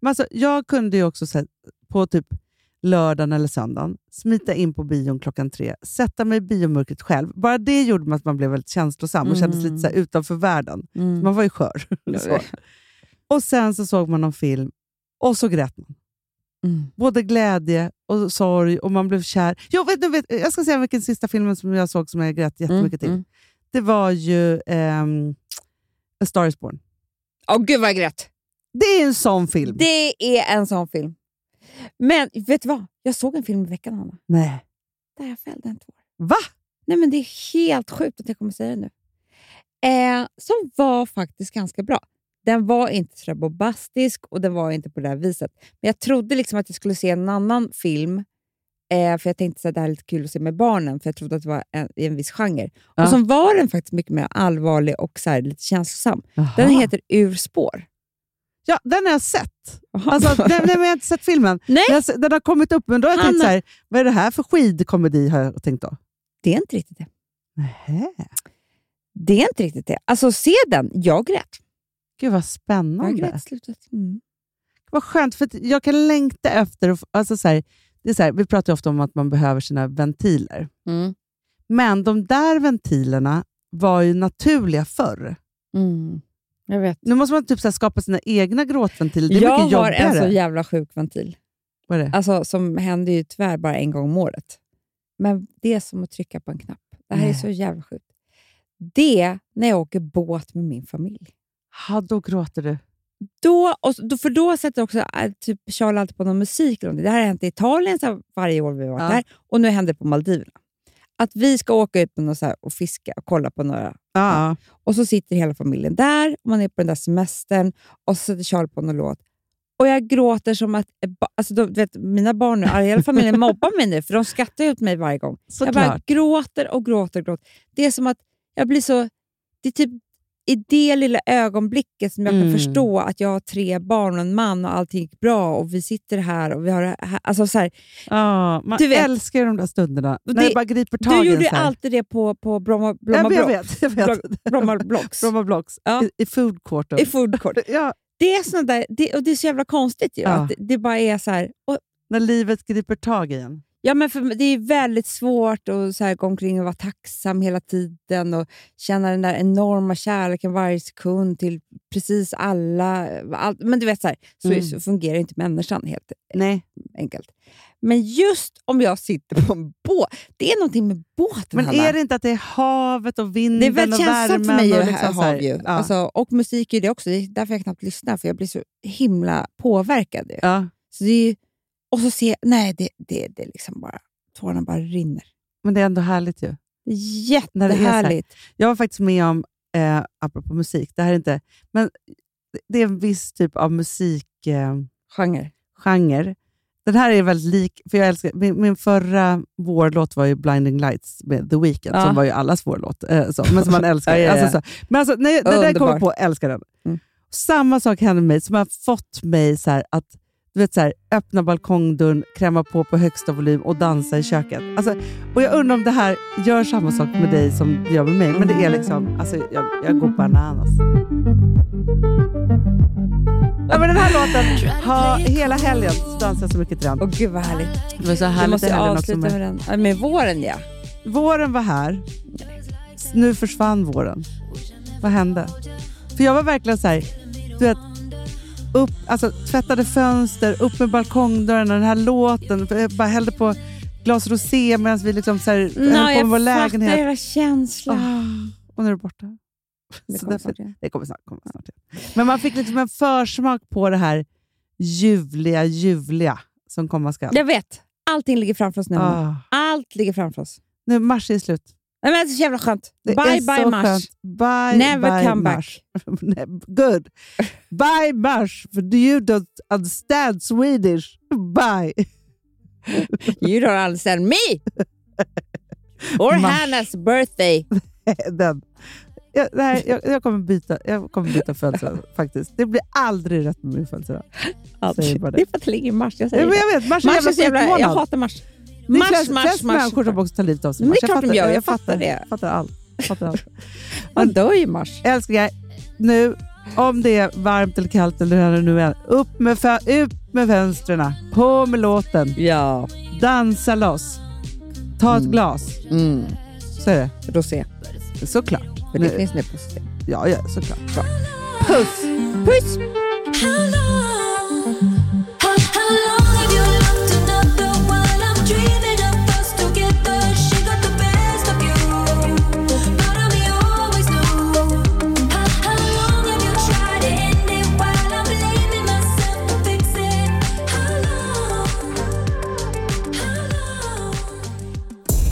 Speaker 6: Men alltså, jag kunde ju också så här, på typ lördagen eller söndagen smita in på bion klockan tre, sätta mig i biomörkret själv. Bara det gjorde mig att man blev väldigt känslosam och kändes
Speaker 7: Mm.
Speaker 6: lite så här, utanför världen. Man var ju skör. Så.
Speaker 7: vet.
Speaker 6: Och sen så såg man någon film och så grät man.
Speaker 7: Mm.
Speaker 6: Både glädje och sorg och man blev kär. Jag, vet, du vet, jag ska säga vilken sista filmen som jag såg som jag grät jättemycket till.
Speaker 7: mm.
Speaker 6: Det var ju ehm, A Star is Born.
Speaker 7: Åh, gud vad jag grät!
Speaker 6: Det är en sån film.
Speaker 7: Det är en sån film. Men vet du vad? Jag såg en film i veckan, Hanna,
Speaker 6: Nej.
Speaker 7: där jag fällde en tår.
Speaker 6: Va?
Speaker 7: Nej, men det är helt sjukt att jag kommer säga det nu. Eh, som var faktiskt ganska bra. Den var inte så där bombastisk och den var inte på det här viset. Men jag trodde liksom att jag skulle se en annan film. Eh, för jag tänkte att det här är lite kul att se med barnen, för jag trodde att det var en, i en viss genre.
Speaker 6: Ja.
Speaker 7: Och som var den faktiskt mycket mer allvarlig och så här lite känslosam. Den
Speaker 6: Jaha.
Speaker 7: heter Ur spår.
Speaker 6: Ja, den har jag sett. Alltså, den, nej, men jag har inte sett filmen.
Speaker 7: Nej.
Speaker 6: Jag, har se- den har kommit upp, men då har jag tänkt
Speaker 7: Anna.
Speaker 6: så här, vad är det här för skidkomedi? Har jag tänkt då.
Speaker 7: Det är inte riktigt det.
Speaker 6: Nähä.
Speaker 7: Det är inte riktigt det. Alltså se den. Jag grät.
Speaker 6: Gud vad
Speaker 7: Jag
Speaker 6: spännande.
Speaker 7: grät i slutet. Mm.
Speaker 6: Vad skönt, för att jag kan längta efter... att få- Alltså så här, det är så här, vi pratar ju ofta om att man behöver sina ventiler.
Speaker 7: Mm.
Speaker 6: Men de där ventilerna var ju naturliga förr. Mm.
Speaker 7: Jag vet.
Speaker 6: Nu måste man typ så här skapa sina egna gråtventiler. Det är
Speaker 7: Jag
Speaker 6: mycket
Speaker 7: har en så
Speaker 6: jobbigare.
Speaker 7: jävla sjuk ventil.
Speaker 6: Vad är det?
Speaker 7: Alltså som händer ju tyvärr bara en gång om året. Men det är som att trycka på en knapp. Det här är
Speaker 6: Nej.
Speaker 7: så jävla sjukt. Det när jag åker båt med min familj.
Speaker 6: Ja, då gråter du.
Speaker 7: Då, och, då, för då sätter också eh, typ Charlie alltid på någon musik. Eller någonting. det här har hänt i Italien så här, varje år vi har varit
Speaker 6: Ja.
Speaker 7: där och nu händer det på Maldiverna. Att vi ska åka ut på något så här, och fiska och kolla på några
Speaker 6: Ja.
Speaker 7: Och så sitter hela familjen där, och man är på den där semestern och så sätter Charlie på någon låt. Och jag gråter som att... Alltså, de, du vet, mina barn nu, hela familjen mobbar mig nu, för de skrattar ju åt mig varje gång. jag bara
Speaker 6: Såklart.
Speaker 7: gråter och gråter och gråter. Det är som att jag blir så... Det är typ i det lilla ögonblicket som jag
Speaker 6: Mm.
Speaker 7: kan förstå att jag har tre barn och en man och allting gick bra och vi sitter här och vi har det här. Alltså, så här
Speaker 6: Ja, man
Speaker 7: Du vet.
Speaker 6: älskar ju de där stunderna.
Speaker 7: Och
Speaker 6: när
Speaker 7: det-
Speaker 6: det bara griper tag i en
Speaker 7: du gjorde ju
Speaker 6: så här.
Speaker 7: alltid det på, på Bromma,
Speaker 6: Ja,
Speaker 7: Bromma,
Speaker 6: men jag
Speaker 7: Bro-
Speaker 6: vet, jag vet.
Speaker 7: Bromma Blocks.
Speaker 6: Bromma Blocks.
Speaker 7: Ja.
Speaker 6: I, I food courten.
Speaker 7: I food court.
Speaker 6: Ja,
Speaker 7: Det är, såna där, det, och det är så jävla konstigt ju.
Speaker 6: Ja.
Speaker 7: Att det, det bara är så här, och,
Speaker 6: när livet griper tag i en.
Speaker 7: ja, men för, mig- Det är väldigt svårt att så här, gå omkring och vara tacksam hela tiden och känna den där enorma kärleken varje sekund till precis alla. Allt, men du vet, så, här, så,
Speaker 6: Mm.
Speaker 7: så fungerar ju inte människan helt
Speaker 6: Nej.
Speaker 7: enkelt. Men just om jag sitter på en båt, det är någonting med båten
Speaker 6: Men
Speaker 7: Hanna.
Speaker 6: är det inte att det är havet och vinden
Speaker 7: Det är väldigt
Speaker 6: och värmen?
Speaker 7: känsligt för mig
Speaker 6: och
Speaker 7: att
Speaker 6: liksom
Speaker 7: liksom
Speaker 6: så här-
Speaker 7: hav ju.
Speaker 6: Ja.
Speaker 7: Alltså, och musik är ju det också. Det är därför jag knappt lyssnar, för jag blir så himla påverkad. ju.
Speaker 6: ja.
Speaker 7: Så det är ju, och så ser jag, nej, det, det, det är liksom bara, tårarna bara rinner.
Speaker 6: Men det är ändå härligt ju.
Speaker 7: Det är
Speaker 6: När det är så här.
Speaker 7: Jättehärligt.
Speaker 6: Jag var faktiskt med om, eh, apropå musik, det här är inte, men det är en viss typ av musikgenre eh,
Speaker 7: Genre.
Speaker 6: genre Den här är väldigt lik, för jag älskar, min, min förra vårlåt var ju Blinding Lights med The Weeknd,
Speaker 7: Ja.
Speaker 6: som var ju allas vårlåt, eh, så, men som man älskar.
Speaker 7: Ja, ja, ja.
Speaker 6: Alltså, så. Men alltså, nej, den där kom jag
Speaker 7: Underbart.
Speaker 6: på, älskar den.
Speaker 7: Mm.
Speaker 6: Samma sak hände mig, som har fått mig så här, att du vet, så här, öppna balkongdörren, kräma på på högsta volym och dansa i köket. Alltså, och jag undrar om det här gör samma sak med dig som det gör med mig, men det är liksom, alltså, jag, jag går bananas. Ja, men den här låten, ha, hela helgen så dansar jag så mycket till den.
Speaker 7: Åh gud vad härligt.
Speaker 6: Det var så
Speaker 7: Du
Speaker 6: härligt i
Speaker 7: måste jag
Speaker 6: helgen också.
Speaker 7: avsluta med
Speaker 6: Med.
Speaker 7: den. Ja, Med våren ja.
Speaker 6: Våren var här. S- Nu försvann våren. Vad hände? För jag var verkligen så här, du vet, upp, alltså, tvättade fönster, upp med balkongdörren och den här låten. Jag bara hällde på glas rosé medan vi liksom så här,
Speaker 7: Nej,
Speaker 6: höll på med vår
Speaker 7: Mm, jag fattar
Speaker 6: lägenhet.
Speaker 7: era känslor.
Speaker 6: Ah, och nu är det borta.
Speaker 7: Det
Speaker 6: Så
Speaker 7: kommer
Speaker 6: därför-
Speaker 7: snart igen.
Speaker 6: det kommer snart. Kommer snart igen. Men man fick liksom en försmak på det här ljuvliga, ljuvliga som komma skall.
Speaker 7: Jag vet. Allting ligger framför oss nu.
Speaker 6: Ah.
Speaker 7: Allt ligger framför oss.
Speaker 6: Nu, mars är slut.
Speaker 7: Nej, men det är så jävla skönt.
Speaker 6: Det
Speaker 7: bye
Speaker 6: är
Speaker 7: bye
Speaker 6: så
Speaker 7: mars.
Speaker 6: skönt. Bye,
Speaker 7: Never
Speaker 6: bye,
Speaker 7: come back.
Speaker 6: mars. Nej, Good. Bye mars, for you don't understand Swedish. Bye.
Speaker 7: You don't understand me! Or
Speaker 6: Mars.
Speaker 7: Hannas birthday.
Speaker 6: Den. Jag, nej, jag, jag kommer byta, jag kommer byta födelsedag faktiskt. Det blir aldrig rätt med min födelsedag. Säger bara det.
Speaker 7: Det är för att det ligger i mars. Jag
Speaker 6: Ja,
Speaker 7: säger
Speaker 6: men
Speaker 7: det.
Speaker 6: jag vet, mars är
Speaker 7: Mars är
Speaker 6: en
Speaker 7: så jävla...
Speaker 6: jävla
Speaker 7: Jag
Speaker 6: skitmånad.
Speaker 7: hatar mars.
Speaker 6: Det är
Speaker 7: Mars,
Speaker 6: flest-
Speaker 7: mars,
Speaker 6: flest
Speaker 7: mars.
Speaker 6: människor som också tar livet av sig i
Speaker 7: Men
Speaker 6: mars.
Speaker 7: det är klart de gör, jag fattar det.
Speaker 6: Jag fattar allt. Jag fattar allt.
Speaker 7: Man dör ju i mars.
Speaker 6: Älsklingar, nu, om det är varmt eller kallt eller hur det nu är, upp med, fö- ut med fönstren, på med låten.
Speaker 7: Ja.
Speaker 6: Dansa loss. Ta ett glas.
Speaker 7: Mm.
Speaker 6: Så är
Speaker 7: Rosé.
Speaker 6: det. Såklart.
Speaker 7: För det finns nu positivt.
Speaker 6: Ja, ja, såklart.
Speaker 7: Puss! Puss!